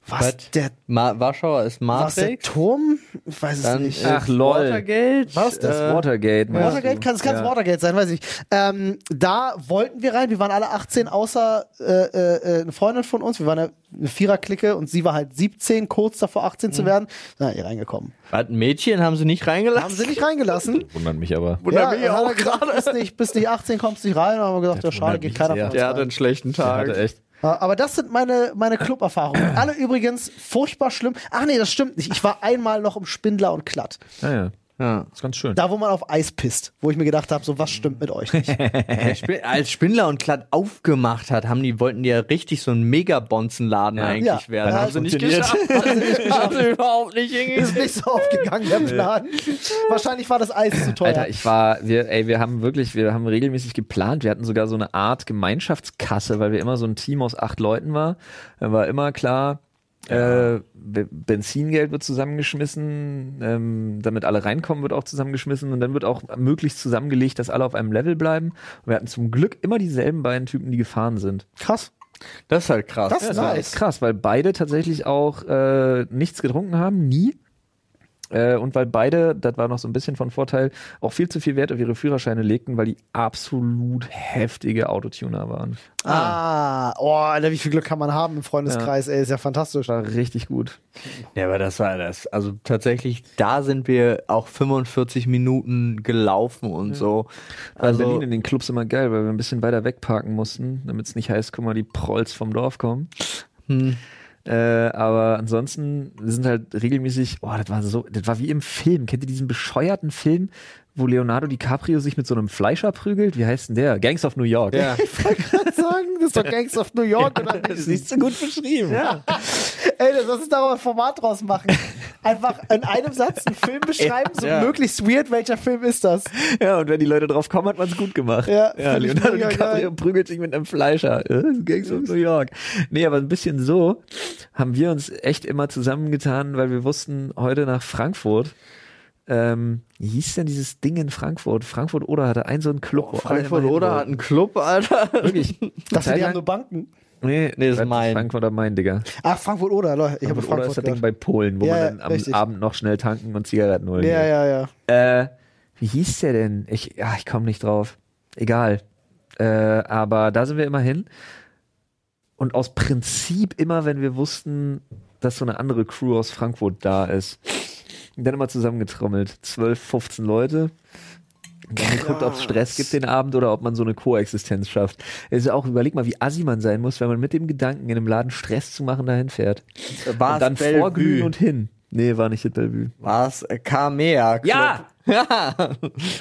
Was? Was? Der, Ma Warschauer ist was der Matrix. Turm? Ich weiß es Dann nicht. ist Ach, lol. Watergate. Was? Äh, das Watergate. meinst Watergate, du? kann, es kann Ja. Watergate sein, weiß ich. Ähm, da wollten wir rein, wir waren alle 18, außer äh, äh, eine Freundin von uns, wir waren eine, eine Vierer-Clique und sie war halt 17, kurz davor 18 zu werden. Na, ihr reingekommen. Was, ein Mädchen haben sie nicht reingelassen? Haben sie nicht reingelassen. Wundert mich aber. Wundert mich dann hat auch er gesagt, gerade. Bist nicht, bist nicht 18, kommst nicht rein. Und dann haben wir gesagt, ja, Das schade, wundert geht mich keiner sehr. von uns Der rein. hatte einen schlechten Der Tag. hatte echt. Ja, Aber das sind meine, meine Club-Erfahrungen. Alle übrigens furchtbar schlimm. Ach nee, das stimmt nicht. Ich war einmal noch im Spindler und Klatt. Naja, Ja. ist ganz schön. Da, wo man auf Eis pisst. Wo ich mir gedacht habe, so was stimmt mit euch nicht. Der Spin als Spindler und Klatt aufgemacht hat, haben die, wollten die ja richtig so einen Mega-Bonzenladen eigentlich Ja. werden. Ja, haben sie nicht funktioniert. [LAUGHS] geschafft. haben sie überhaupt nicht ist hingekriegt. nicht so aufgegangen, der Plan. Wahrscheinlich war das Eis zu teuer. Alter, ich war, wir, ey, wir haben wirklich, wir haben regelmäßig geplant. Wir hatten sogar so eine Art Gemeinschaftskasse, weil wir immer so ein Team aus acht Leuten war. Da war immer klar, äh, Be- Benzingeld wird zusammengeschmissen, ähm, damit alle reinkommen, wird auch zusammengeschmissen und dann wird auch möglichst zusammengelegt, dass alle auf einem Level bleiben. Und wir hatten zum Glück immer dieselben beiden Typen, die gefahren sind. Krass. Das ist halt krass. Das ist Das war nice. echt krass, weil beide tatsächlich auch äh, nichts getrunken haben, nie. Äh, und weil beide, das war noch so ein bisschen von Vorteil, auch viel zu viel Wert auf ihre Führerscheine legten, weil die absolut heftige Autotuner waren. Ah, oh, Alter, wie viel Glück kann man haben im Freundeskreis, ey, ist ja fantastisch. War richtig gut. Ja, aber das war das. Also tatsächlich, da sind wir auch 45 Minuten gelaufen und so. War in Also, Berlin in den Clubs immer geil, weil wir ein bisschen weiter wegparken mussten, damit es nicht heißt, guck mal, die Prolls vom Dorf kommen. Hm. Äh, aber ansonsten sind halt regelmäßig, oh, das war so, das war wie im Film. Kennt ihr diesen bescheuerten Film, wo Leonardo DiCaprio sich mit so einem Fleischer prügelt? Wie heißt denn der? Gangs of New York. [LAUGHS] ja. Ich wollte gerade sagen, das ist doch Gangs of New [LAUGHS] York oder Das ist nicht? nicht so gut beschrieben. Ey, das lass uns da mal ein Format draus machen. Einfach in einem Satz einen Film beschreiben, so Ja. möglichst weird, welcher Film ist das? Ja, und wenn die Leute drauf kommen, hat man es gut gemacht. Ja, ja find ich Leonardo mega DiCaprio geil. prügelt sich mit einem Fleischer. Äh, Gangs of New York. Nee, aber ein bisschen so haben wir uns echt immer zusammengetan, weil wir wussten, heute nach Frankfurt. Ähm, wie hieß denn dieses Ding in Frankfurt? Frankfurt oder hatte einen so einen Club. wo alle Frankfurt immer hin oder wollten. hat einen Club, Alter. Wirklich. [LAUGHS] Das Zeit die lang- haben nur Banken. Nee, nee, das ist Bleibt mein. Frankfurt am Main, Digga. Ach, Frankfurt oder? Lol, Ich habe Oder ist Frankfurt das Ding gehört. bei Polen, wo Ja, ja, man dann am richtig. Abend noch schnell tanken und Zigaretten holen Ja, geht. ja, ja. Äh, wie hieß der denn? Ich, ja, ich komme nicht drauf. Egal. Äh, aber da sind wir immer hin. Und aus Prinzip immer, wenn wir wussten, dass so eine andere Crew aus Frankfurt da ist, dann immer zusammengetrommelt. 12, 15 Leute. Und Dann geguckt, ob es Stress gibt den Abend oder ob man so eine Koexistenz schafft. Also auch, überleg mal, wie assi man sein muss, wenn man mit dem Gedanken, in einem Laden Stress zu machen, dahin fährt. [LAUGHS] War's und dann Bellevue? vorglühen und hin. Nee, war nicht in Bellevue. Was? Äh, Kamea. Club. Ja! [LAUGHS] Ja!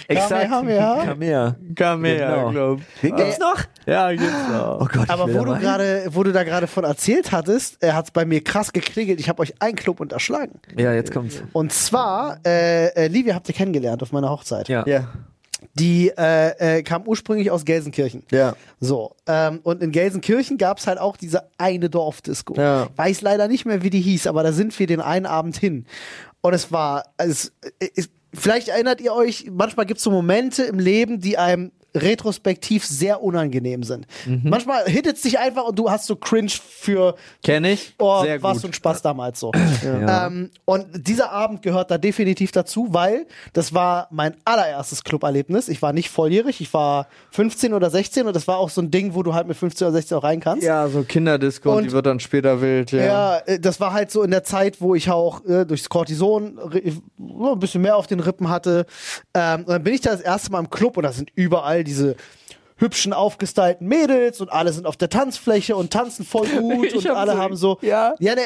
Exakt. Kamea. Kamea. Kamea Genau. Club. Den gibt's noch? Ja, gibt's auch. Oh Gott, Aber ich will wo du, dabei. gerade, wo du da gerade von erzählt hattest, äh, hat es bei mir krass geklingelt. Ich habe euch einen Club unterschlagen. Ja, jetzt kommt's. Und zwar, äh, äh, Livia habt ihr kennengelernt auf meiner Hochzeit. Ja. Ja. Die äh, äh, kam ursprünglich aus Gelsenkirchen. Ja. So, ähm, und in Gelsenkirchen gab es halt auch diese eine Dorfdisco. Ja. Weiß leider nicht mehr, wie die hieß, aber da sind wir den einen Abend hin. Und es war, es, es, vielleicht erinnert ihr euch, manchmal gibt es so Momente im Leben, die einem retrospektiv sehr unangenehm sind. Mhm. Manchmal hittet es dich einfach und du hast so cringe für Kenn ich. Oh, Sehr was gut. für ein Spaß damals so. Ja. Ähm, und dieser Abend gehört da definitiv dazu, weil das war mein allererstes Club-Erlebnis. Ich war nicht volljährig, ich war 15 oder 16 und das war auch so ein Ding, wo du halt mit 15 oder 16 auch rein kannst. Ja, so Kinderdisco und, Und- die wird dann später wild. Ja. Ja, äh, das war halt so in der Zeit, wo ich auch äh, durchs Cortison ri- äh, so ein bisschen mehr auf den Rippen hatte. Ähm, und dann bin ich da das erste Mal im Club und da sind überall diese hübschen, aufgestylten Mädels und alle sind auf der Tanzfläche und tanzen [LAUGHS] voll gut Ich und hab alle so- haben so. ja. ja ne,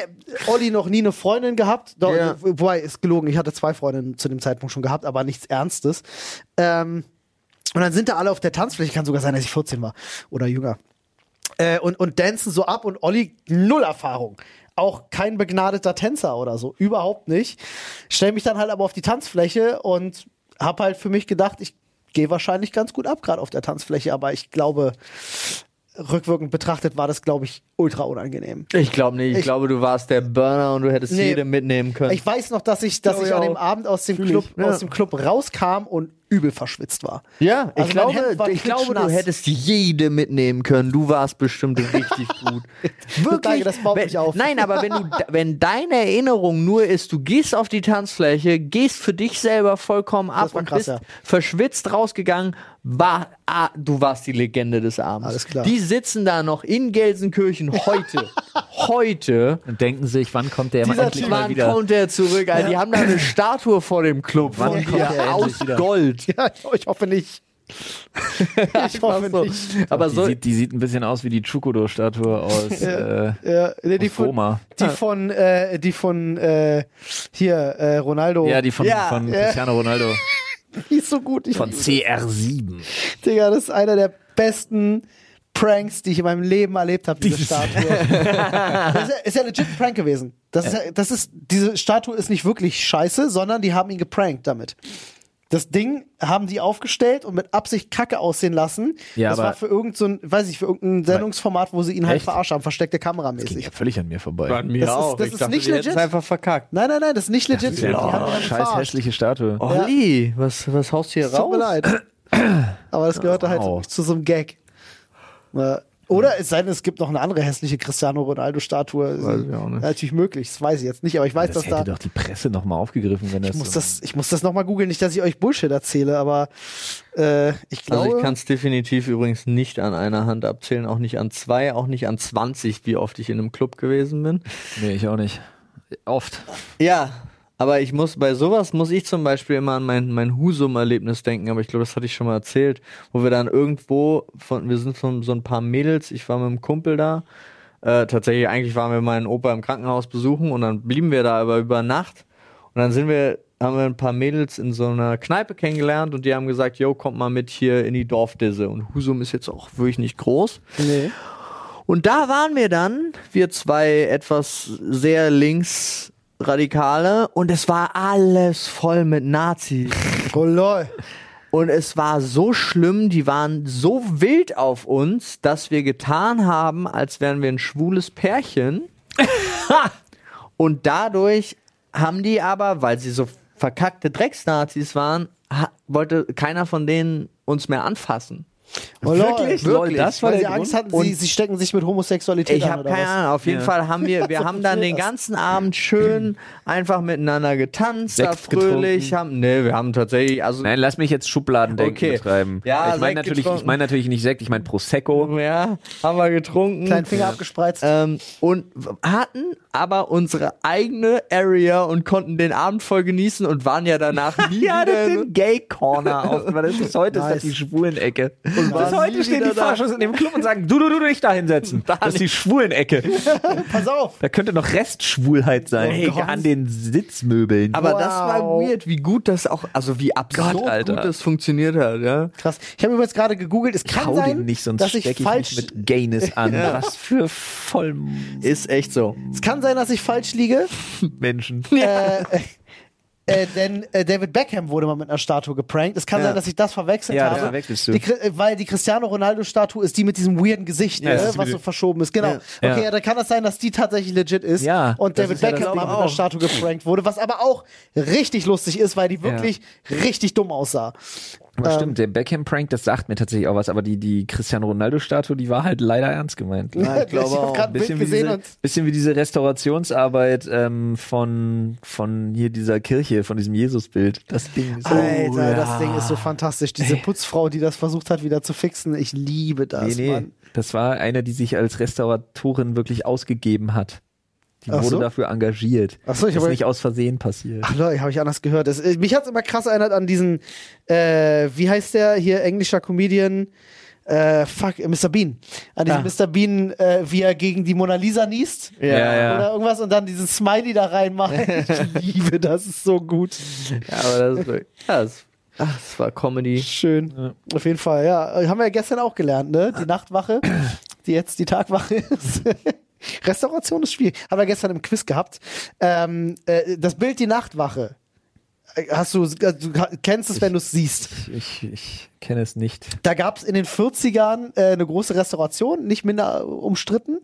Olli noch nie eine Freundin gehabt. Doch, Ja. Wobei, ist gelogen. Ich hatte zwei Freundinnen zu dem Zeitpunkt schon gehabt, aber nichts Ernstes. Ähm, und dann sind da alle auf der Tanzfläche. Kann sogar sein, dass ich 14 war oder jünger äh, und, und dancen so ab und Olli null Erfahrung. Auch kein begnadeter Tänzer oder so. Überhaupt nicht. Stell mich dann halt aber auf die Tanzfläche und hab halt für mich gedacht, ich gehe wahrscheinlich ganz gut ab, gerade auf der Tanzfläche, aber ich glaube, rückwirkend betrachtet war das, glaube ich, ultra unangenehm. Ich glaube nicht. Ich, Ich- glaube, du warst der Burner und du hättest Nee. jeden mitnehmen können. Ich weiß noch, dass ich, dass Glaub ich ich an dem auch. Abend aus dem, Fühl ich, Club, ja. aus dem Club rauskam und übel verschwitzt war. ja, ich Also mein Hemd war glaube, ich glaube, [LAUGHS] du klitschnass. hättest jede mitnehmen können. Du warst [LAUGHS] bestimmt richtig gut. Wirklich? Danke, das baut wenn, mich auf. Nein, aber [LAUGHS] wenn, du, wenn deine Erinnerung nur ist, du gehst auf die Tanzfläche, gehst für dich selber vollkommen ab Das war und krass, bist ja. verschwitzt rausgegangen, war, ah, du warst die Legende des Abends. Alles klar. Die sitzen da noch in Gelsenkirchen [LAUGHS] heute. heute. Und denken sich, wann kommt der Dieser endlich Typ mal Wann wieder? kommt der zurück? Alter? Die haben da eine Statue [LAUGHS] vor dem Club Wann von kommt dir der endlich aus wieder? Gold. Ja, ich hoffe [LAUGHS] nicht. ich hoffe So. nicht. Aber die, so, sieht, die sieht ein bisschen aus wie die Chukudo-Statue aus äh, Ja, nee, die, aus von, Roma. die von, äh, die von äh, hier, äh, Ronaldo. Ja, die von, Ja, von ja. Cristiano Ronaldo. Die ist so gut. Ich, Von CR7. Digga, das ist einer der besten Pranks, die ich in meinem Leben erlebt habe, diese Dieses- Statue. [LAUGHS] das ist ja, ist ja legit ein Prank gewesen. Das ist, ja, das ist, diese Statue ist nicht wirklich scheiße, sondern die haben ihn geprankt damit. Das Ding haben die aufgestellt und mit Absicht Kacke aussehen lassen. Ja, das aber- war für irgendein, so ein- weiß ich, für irgendein Sendungsformat, wo sie ihn halt Echt? verarscht haben, versteckte Kameramäßig. Ja, völlig an mir vorbei. mir Das ist- auch. das Ich ist dachte, nicht die hätten's legit. einfach verkackt. Nein, nein, nein, das ist nicht legit. Die haben ihn halt Oh, Scheiß verarscht. hässliche Statue. Olli, was, was haust du hier raus? Tut mir leid. [CLEARS THROAT] Aber das gehörte Wow. halt zu so einem Gag. Ja. Oder es sei denn, es gibt noch eine andere hässliche Cristiano Ronaldo-Statue. äh, Weiß ich auch nicht. Natürlich möglich, das weiß ich jetzt nicht, aber ich weiß, das dass hätte da. doch die Presse nochmal aufgegriffen, wenn das. Ich muss so- das, ich muss das nochmal googeln, nicht, dass ich euch Bullshit erzähle, aber äh, ich glaube. Also ich kann es definitiv übrigens nicht an einer Hand abzählen, auch nicht an zwei, auch nicht an 20, wie oft ich in einem Club gewesen bin. nee, ich auch nicht. Oft. Ja, aber ich muss bei sowas muss ich zum Beispiel immer an mein, mein Husum-Erlebnis denken, aber ich glaube, das hatte ich schon mal erzählt, wo wir dann irgendwo von, wir sind so, so ein paar Mädels, ich war mit einem Kumpel da. Äh, tatsächlich, eigentlich waren wir meinen Opa im Krankenhaus besuchen und dann blieben wir da aber über Nacht. Und dann sind wir, haben wir ein paar Mädels in so einer Kneipe kennengelernt und die haben gesagt, yo, kommt mal mit hier in die Dorfdisse. Und Husum ist jetzt auch wirklich nicht groß. nee. Und da waren wir dann, wir zwei etwas sehr links Radikale und es war alles voll mit Nazis. Oh lol. Und es war so schlimm, die waren so wild auf uns, dass wir getan haben, als wären wir ein schwules [LAUGHS] Pärchen. und dadurch haben die aber, weil sie so verkackte Drecksnazis waren, ha- wollte keiner von denen uns mehr anfassen. Oh, Wirklich? Lol. Lol, das war Weil der sie Grund. Angst hatten, sie, sie stecken sich mit Homosexualität Ich an, habe oder keine was? Ahnung. Auf jeden Ja. Fall haben [LAUGHS] wir, wir haben dann den ganzen Abend schön einfach miteinander getanzt, da Sekt fröhlich. getrunken. Haben, nee, wir haben tatsächlich, also Nein, lass mich jetzt Schubladendenken Okay. betreiben. Ja, ich meine Sekt natürlich, ich getrunken. meine natürlich nicht Sekt, ich meine Prosecco. ja, haben wir getrunken. Kleinen Finger abgespreizt. Ähm, und hatten aber unsere eigene Area und konnten den Abend voll genießen und waren ja [LAUGHS] danach nie Ja, das wieder in- den Gay Corner auf. weil das Bis heute ist Nice. das die Schwulenecke. waren Bis nie heute stehen wieder die da. Faschos in dem Club und sagen, du, du, du, dich da hinsetzen. Das ist die Schwulenecke. Pass auf! Da könnte noch Restschwulheit sein. Oh Gott. an den Sitzmöbeln. [LAUGHS] Aber das war Wow. weird, wie gut das auch, also wie absurd Gott, Alter. gut das funktioniert hat, ja. Krass. Ich habe übrigens gerade gegoogelt, es kann Oh, Hau sein, den nicht, sonst dass ich stecke ich falsch mich mit Gayness an. Was für voll Ist echt so. es kann sein, dass ich falsch liege, Menschen. [LAUGHS] äh, äh, denn äh, David Beckham wurde mal mit einer Statue geprankt. Es kann Ja. sein, dass ich das verwechselt Ja, das habe. verwechselst du. Die, Cri- äh, weil die Cristiano Ronaldo Statue ist die mit diesem weirden Gesicht, Ja, das ne, ist was mit- so verschoben ist. Genau. Ja. Ja. Okay, ja, dann kann das sein, dass die tatsächlich legit ist Ja, und das David ist ja das Beckham mal Ding mit einer auch. Statue geprankt wurde, was aber auch richtig lustig ist, weil die wirklich richtig dumm aussah. Aber stimmt, der Beckham-Prank, das sagt mir tatsächlich auch was, aber die, die Cristiano Ronaldo-Statue, die war halt leider ernst gemeint. [LAUGHS] Ja, ich glaube hab auch. grad ein Bild Bisschen wie, gesehen diese, und bisschen wie diese Restaurationsarbeit ähm, von, von hier dieser Kirche, von diesem Jesusbild. Das Ding ist Alter, Oh, das ja. Ding ist so fantastisch. Diese Putzfrau, die das versucht hat, wieder zu fixen, ich liebe das, Nee, nee. Mann. Das war eine, die sich als Restauratorin wirklich ausgegeben hat. Die Ach wurde so? dafür engagiert. Ach so, ich das hab- ist nicht aus Versehen passiert. Ach Leute, habe ich anders gehört. Das, äh, mich hat's immer krass erinnert an diesen, äh, wie heißt der hier, englischer Comedian? Äh, fuck, äh, Mr. Bean. An diesen Mr. Bean, äh, wie er gegen die Mona Lisa niest. Ah. Ja, ja. Oder irgendwas und dann diesen Smiley da [LAUGHS] reinmacht. Ich liebe das, ist so gut. Ja, aber [LAUGHS] das, ist- ja, das, ach, das war Comedy. Schön. Auf jeden Fall, ja. Äh, Haben wir ja gestern auch gelernt, ne? Die Nachtwache, die jetzt die Tagwache [LAUGHS] ist. Restauration ist schwierig. Haben wir gestern im Quiz gehabt. Ähm, äh, das Bild die Nachtwache. Äh, Hast du, äh, du kennst es, wenn du es siehst. Ich, ich kenne es nicht. Da gab es in den 40ern äh, eine große Restauration, nicht minder äh, umstritten.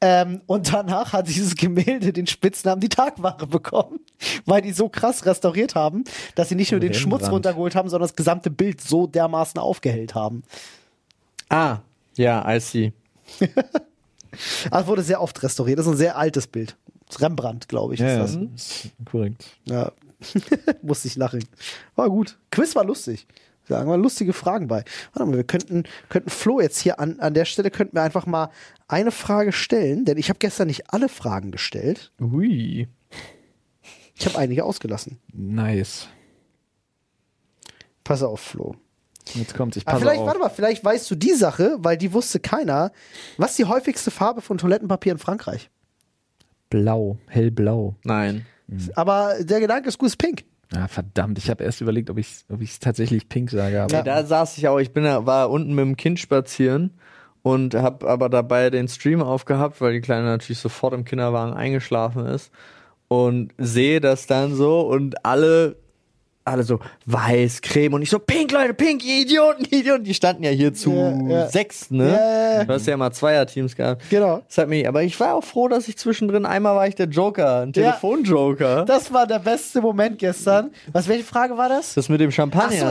Ähm, und danach hat dieses Gemälde den Spitznamen die Tagwache bekommen, [LAUGHS] weil die so krass restauriert haben, dass sie nicht nur den Rembrandt. Schmutz runtergeholt haben, sondern das gesamte Bild so dermaßen aufgehellt haben. Ah, ja, I see. Also wurde sehr oft restauriert. Das ist ein sehr altes Bild. Das ist Rembrandt, glaube ich, ist das. ist korrekt. Ja. [LAUGHS] Musste ich lachen. War gut. Quiz war lustig. Sagen wir lustige Fragen bei. Warte mal, wir könnten, könnten Flo jetzt hier an, an der Stelle könnten wir einfach mal eine Frage stellen, denn ich habe gestern nicht alle Fragen gestellt. Ui. Ich habe einige ausgelassen. Nice. Pass auf, Flo. Jetzt kommt's, ich Aber passe Ah, vielleicht, auf. warte mal, vielleicht weißt du die Sache, weil die wusste keiner. Was ist die häufigste Farbe von Toilettenpapier in Frankreich? Blau, hellblau. Nein. Hm. Aber der Gedanke ist gut, ist pink. Ah, verdammt, ich habe erst überlegt, ob ich es ob ich's tatsächlich pink sage. Aber Nee, da saß ich auch, ich bin, da- war unten mit dem Kind spazieren und habe aber dabei den Stream aufgehabt, weil die Kleine natürlich sofort im Kinderwagen eingeschlafen ist und sehe das dann so und alle alle so weiß, Creme und ich so pink Leute, pink ihr Idioten, [LAUGHS] ihr Idioten, die standen ja hier zu Ja, ja. sechs, ne? Ja, ja. Du hast ja mal Zweierteams gehabt. Genau. Das hat mich, aber ich war auch froh, dass ich zwischendrin einmal war ich der Joker, ein Ja. Telefonjoker. Das, Das war der beste Moment gestern. Was, welche Frage war das? mit dem Champagner.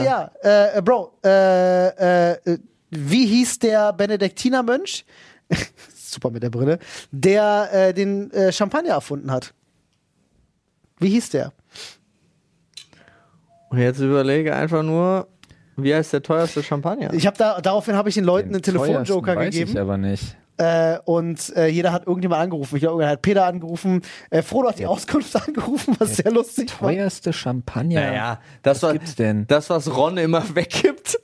Ach so, ja. Äh, äh, Bro, äh, äh, wie hieß der Benediktinermönch? [LAUGHS] Super mit der Brille. Der äh, den äh, Champagner erfunden hat. Wie hieß der? Und jetzt überlege einfach nur, wie heißt der teuerste Champagner? Ich habe da, daraufhin habe ich den Leuten den einen teuersten Telefonjoker weiß Ich gegeben aber nicht. äh, und äh, jeder hat irgendjemand angerufen. Ich glaube, irgendwer hat Peter angerufen. Äh, Frodo hat die Auskunft [LAUGHS] angerufen, was sehr lustig war. Teuerste Champagner. naja, das, was was, gibt's denn? das, was Ron immer [LAUGHS] weggibt.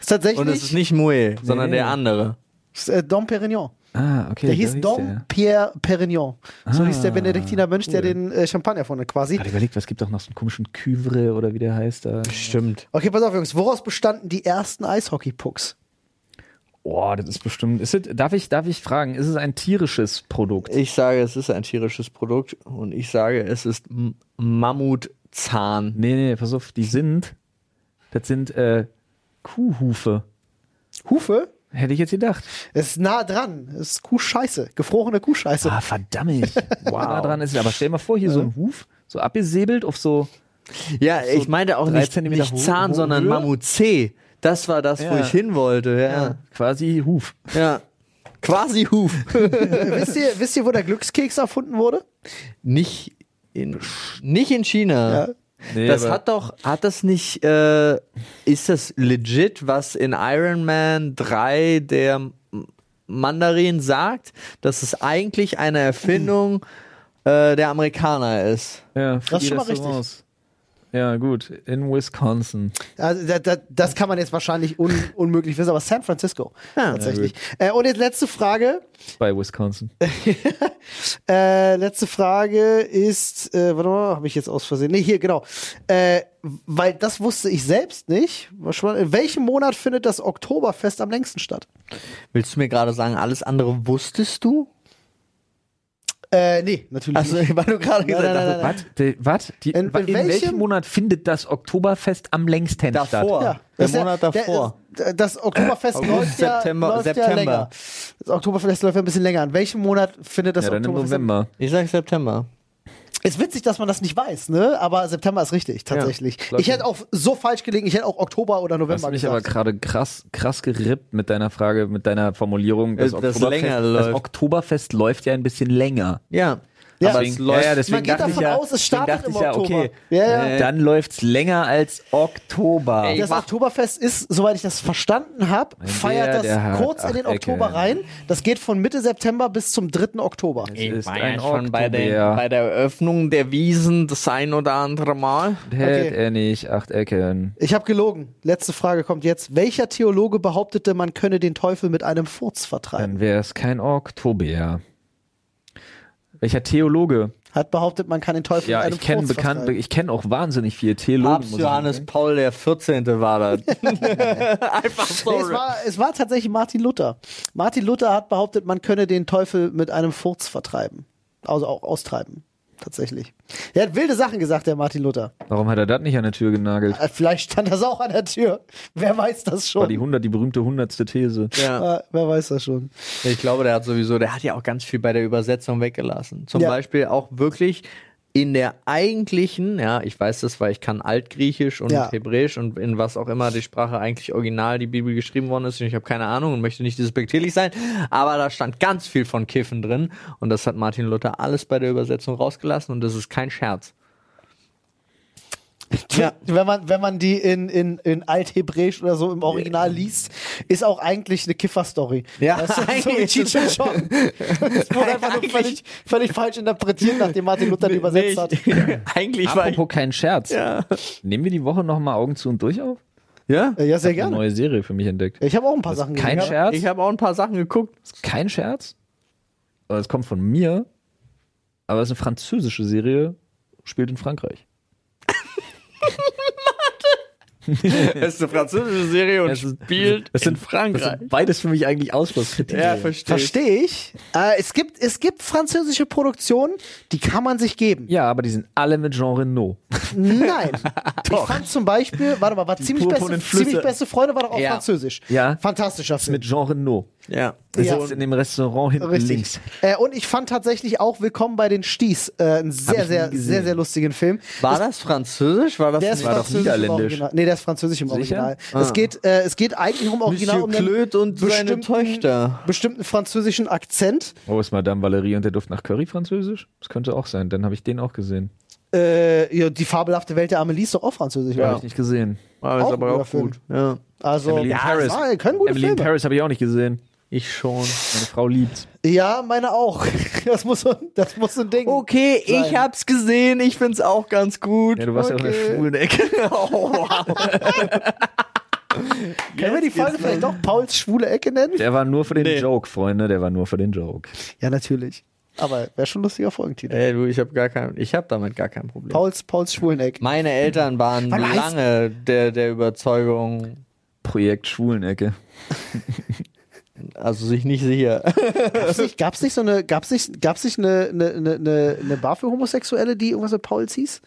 Ist tatsächlich Und es ist nicht Moet, sondern Nee. der andere. ist, äh, Dom Perignon. Ah, okay. Der so hieß Dom der. Pierre Perignon. So Ah, hieß der Benediktinermönch, der cool. den äh, Champagner erfunden hat, quasi. Hat überlegt, was gibt auch noch so einen komischen Küvre oder wie der heißt da? Stimmt. Okay, pass auf, Jungs. Woraus bestanden die ersten Eishockey-Pucks? Boah, das ist bestimmt. Ist es, darf, ich, darf ich fragen, ist es ein tierisches Produkt? Ich sage, es ist ein tierisches Produkt und ich sage, es ist M- Mammutzahn. Nee, nee, pass auf, die sind. Das sind äh, Kuhhufe. Hufe? Hätte ich jetzt gedacht. Es ist nah dran. Es ist Kuhscheiße. Gefrorene Kuhscheiße. Ah, verdammt. Wow. [LAUGHS] nah dran ist es. Aber stell dir mal vor, hier so ein Huf, so abgesäbelt auf so. Ja, ich meinte auch drei nicht, Zentimeter nicht Ho- Zahn, Ho- sondern Höhe? Mammutzeh. Das war das, wo Ja. ich hin wollte. Quasi Huf. Ja. ja. Quasi Huf. [LAUGHS] wisst, ihr, wisst ihr, wo der Glückskeks erfunden wurde? nicht, in, nicht in China. Ja. das hat doch, hat das nicht, äh, ist das legit, was in Iron Man 3 der M- Mandarin sagt, dass es eigentlich eine Erfindung äh, der Amerikaner ist? Ja, für Das die ist schon mal Restaurants. Ja, gut. In Wisconsin. Also, da, da, das kann man jetzt wahrscheinlich un, unmöglich wissen, aber San Francisco Ja. tatsächlich. äh, und jetzt letzte Frage. Bei Wisconsin. Äh, letzte Frage ist, äh, warte mal, habe ich jetzt aus Versehen. Nee, hier, genau. Äh, weil das wusste ich selbst nicht. War schon mal- In welchem Monat findet das Oktoberfest am längsten statt? Willst du mir gerade sagen, alles andere wusstest du? Äh, nee, natürlich [LAUGHS] Also, nicht. weil du gerade gesagt nein, nein, hast, nein. Was? Die- Was? Die- In- In, Äh, in welchem- welchem Monat findet das Oktoberfest am längsten davor, statt? Ja, der das ist ja- Monat der- davor. Das, das Oktoberfest August, läuft, ja, September- läuft ja September. länger. Das Oktoberfest läuft ja ein bisschen länger. In welchem Monat findet das Ja, dann im Oktoberfest? November. Ich sag September. Ist witzig, dass man das nicht weiß, ne? Aber September ist richtig, tatsächlich. glaub ich hätte auch so falsch gelegen, ich hätte auch Oktober oder Du hast November mich aber gesagt. gerade krass, krass gerippt mit deiner Frage, mit deiner Formulierung. Das, Äh, das Oktoberfest, länger das läuft. Oktoberfest läuft ja ein bisschen länger. Ja. Ja. Aber es Deswegen- läuft. ja, ja, deswegen Man geht dachte davon ich ja, aus, es startet deswegen im dachte ich Oktober. ja, okay, Ja, ja. äh, dann läuft's länger als Oktober. Ey, das mach- Oktoberfest ist, soweit ich das verstanden habe, feiert das der hat kurz in den acht Oktober Ecken. rein. Das geht von Mitte September bis zum 3. Oktober. Ich ist war ein ja schon bei, Oktober. den, bei der Eröffnung der Wiesen das ein oder andere Mal. Hält okay. er nicht acht Ecken. Ich habe gelogen. Letzte Frage kommt jetzt. Welcher Theologe behauptete, man könne den Teufel mit einem Furz vertreiben? Dann wäre es kein Oktober. Welcher Theologe? Hat behauptet, man kann den Teufel mit Ja, einem ich kenne Furz bekannt, vertreiben. ich kenne auch wahnsinnig viele Theologen. Papst muss ich sagen. Johannes Paul der 14. war das. [LAUGHS] Einfach so. Nee, es, war, es war tatsächlich Martin Luther. Martin Luther hat behauptet, man könne den Teufel mit einem Furz vertreiben. Also auch austreiben. Tatsächlich. Er hat wilde Sachen gesagt, der Martin Luther. Warum hat er das nicht an der Tür genagelt? Äh, Vielleicht stand das auch an der Tür. Wer weiß das War schon? die 100, die berühmte hundertste These. Ja. Äh, wer weiß das schon? Ich glaube, der hat sowieso, der hat ja auch ganz viel bei der Übersetzung weggelassen. Zum Ja. Beispiel auch wirklich in der eigentlichen, ja, ich weiß das, weil ich kann Altgriechisch und Ja. Hebräisch und in was auch immer die Sprache eigentlich original die Bibel geschrieben worden ist. Und ich habe keine Ahnung und möchte nicht despektierlich sein, aber da stand ganz viel von Kiffen drin und das hat Martin Luther alles bei der Übersetzung rausgelassen und das ist kein Scherz. Ja. [LAUGHS] Wenn, man, wenn man die in, in, in Althebräisch oder so im Original liest, ist auch eigentlich eine Kiffer-Story. Ja, weißt du, so wie eigentlich ist Cheech and [LAUGHS] Chong. Das wurde einfach nur Eigentlich- völlig, völlig falsch interpretiert, nachdem Martin Luther die übersetzt hat. Nee, ich- [LAUGHS] eigentlich war ich, Apropos kein Scherz. Nehmen wir die Woche nochmal Augen zu und durch auf? ja? Äh, Ja, sehr Eine gerne. neue Serie für mich entdeckt. Ich habe auch ein paar Sachen Kein gesehen. Scherz. Ich habe auch ein paar Sachen geguckt. kein Scherz. Aber Es kommt von mir. Aber es ist eine französische Serie, spielt in Frankreich. Es ist eine französische Serie und Es ist- spielt es sind- in Frankreich. beides für mich eigentlich Ausschlusskriterien. Ja, verstehe. Verstehe ich. Äh, es, gibt, es gibt französische Produktionen, die kann man sich geben. ja, aber die sind alle mit Jean Reno. [LAUGHS] Nein. Ich fand zum Beispiel, warte mal, war ziemlich beste, purpurnen Flüsse. ziemlich beste Freunde, war doch auch Ja. französisch. Ja. Fantastischer Film. Mit Jean Reno. Ja. Der Ja. sitzt in dem Restaurant hinten Richtig. links. Äh, und ich fand tatsächlich auch Willkommen bei den Sties äh, einen sehr, ich nie sehr, gesehen. sehr, sehr lustigen Film. War das französisch? War das Der ist war doch französisch niederländisch. Im Original. Nee, der ist französisch im Original. Ah. Es, geht, äh, es geht eigentlich um Original Monsieur um Claude und seine bestimmten- Töchter. bestimmten französischen Akzent. Oh, ist Madame Valerie und der Duft nach Curry französisch? Das könnte auch sein. Dann habe ich den auch gesehen. Äh, ja, die fabelhafte Welt der Amelie ist doch auch französisch, Ja. Habe oder? ich nicht gesehen. Aber Auch ein guter Film. Ja. Also, Emily in ja, Paris. es war- können gute Emily in Filme. Paris habe ich auch nicht gesehen. Ich schon. Meine Frau liebt's. Ja, meine auch. [LAUGHS] Das muss so, das muss so ein Ding. Okay, ich Sein. hab's gesehen. Ich find's auch ganz gut. Ja, du warst ja auch in Okay. der schwulen Ecke. [LAUGHS] oh, wow. Können wir die Folge vielleicht doch Pauls schwule Ecke nennen? Ja, Der war nur für den Nee. Joke, Freunde. Der war nur für den Joke. natürlich. Aber wäre schon ein lustiger Folgentitel. Äh. Ey, du, ich hab gar kein, ich hab damit gar kein Problem. Pauls, Pauls Schwuleneck. Meine Eltern waren Wann heißt- lange der, der Überzeugung, Projekt Schwulenecke. also sich nicht [LAUGHS] sicher. Gab's nicht, gab's nicht so eine, gab's nicht, gab's nicht eine, eine, eine, eine, eine Bar für Homosexuelle, die irgendwas mit Pauls hieß?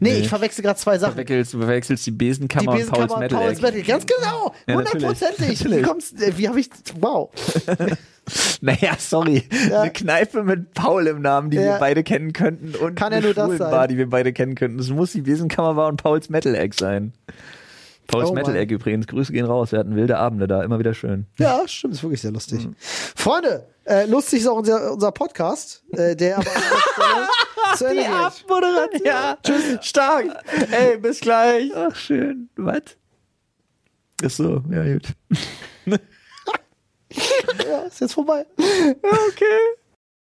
Nee, ich verwechsel gerade zwei Sachen. verwechselst, du verwechselst die Besenkammer die und Pauls Besenkammer und Metal. Pauls Act. Metal. Ganz genau, Ja, natürlich. hundertprozentig. Wie Natürlich. kommst, äh, wie habe ich, wow. Naja, sorry. Eine Kneipe mit Paul im Namen, die Ja. wir beide kennen könnten und Kann ja eine nur das Schwulenbar, sein. die wir beide kennen könnten. Es muss die Besenkammer war und Pauls Metal Egg sein. Paul's Oh, Metal Mann. Egg übrigens. Grüße gehen raus. Wir hatten wilde Abende da. Immer wieder schön. Ja, stimmt, ist wirklich sehr lustig. Freunde, äh, lustig ist auch unser, unser Podcast, äh, der aber an der Stelle zu Ende geht. Abmoderation. Ja, tschüss. Stark. Ey, bis gleich. Ach, schön. Was? Ach so, [LAUGHS] ja, gut. Ja, ist jetzt vorbei. Okay.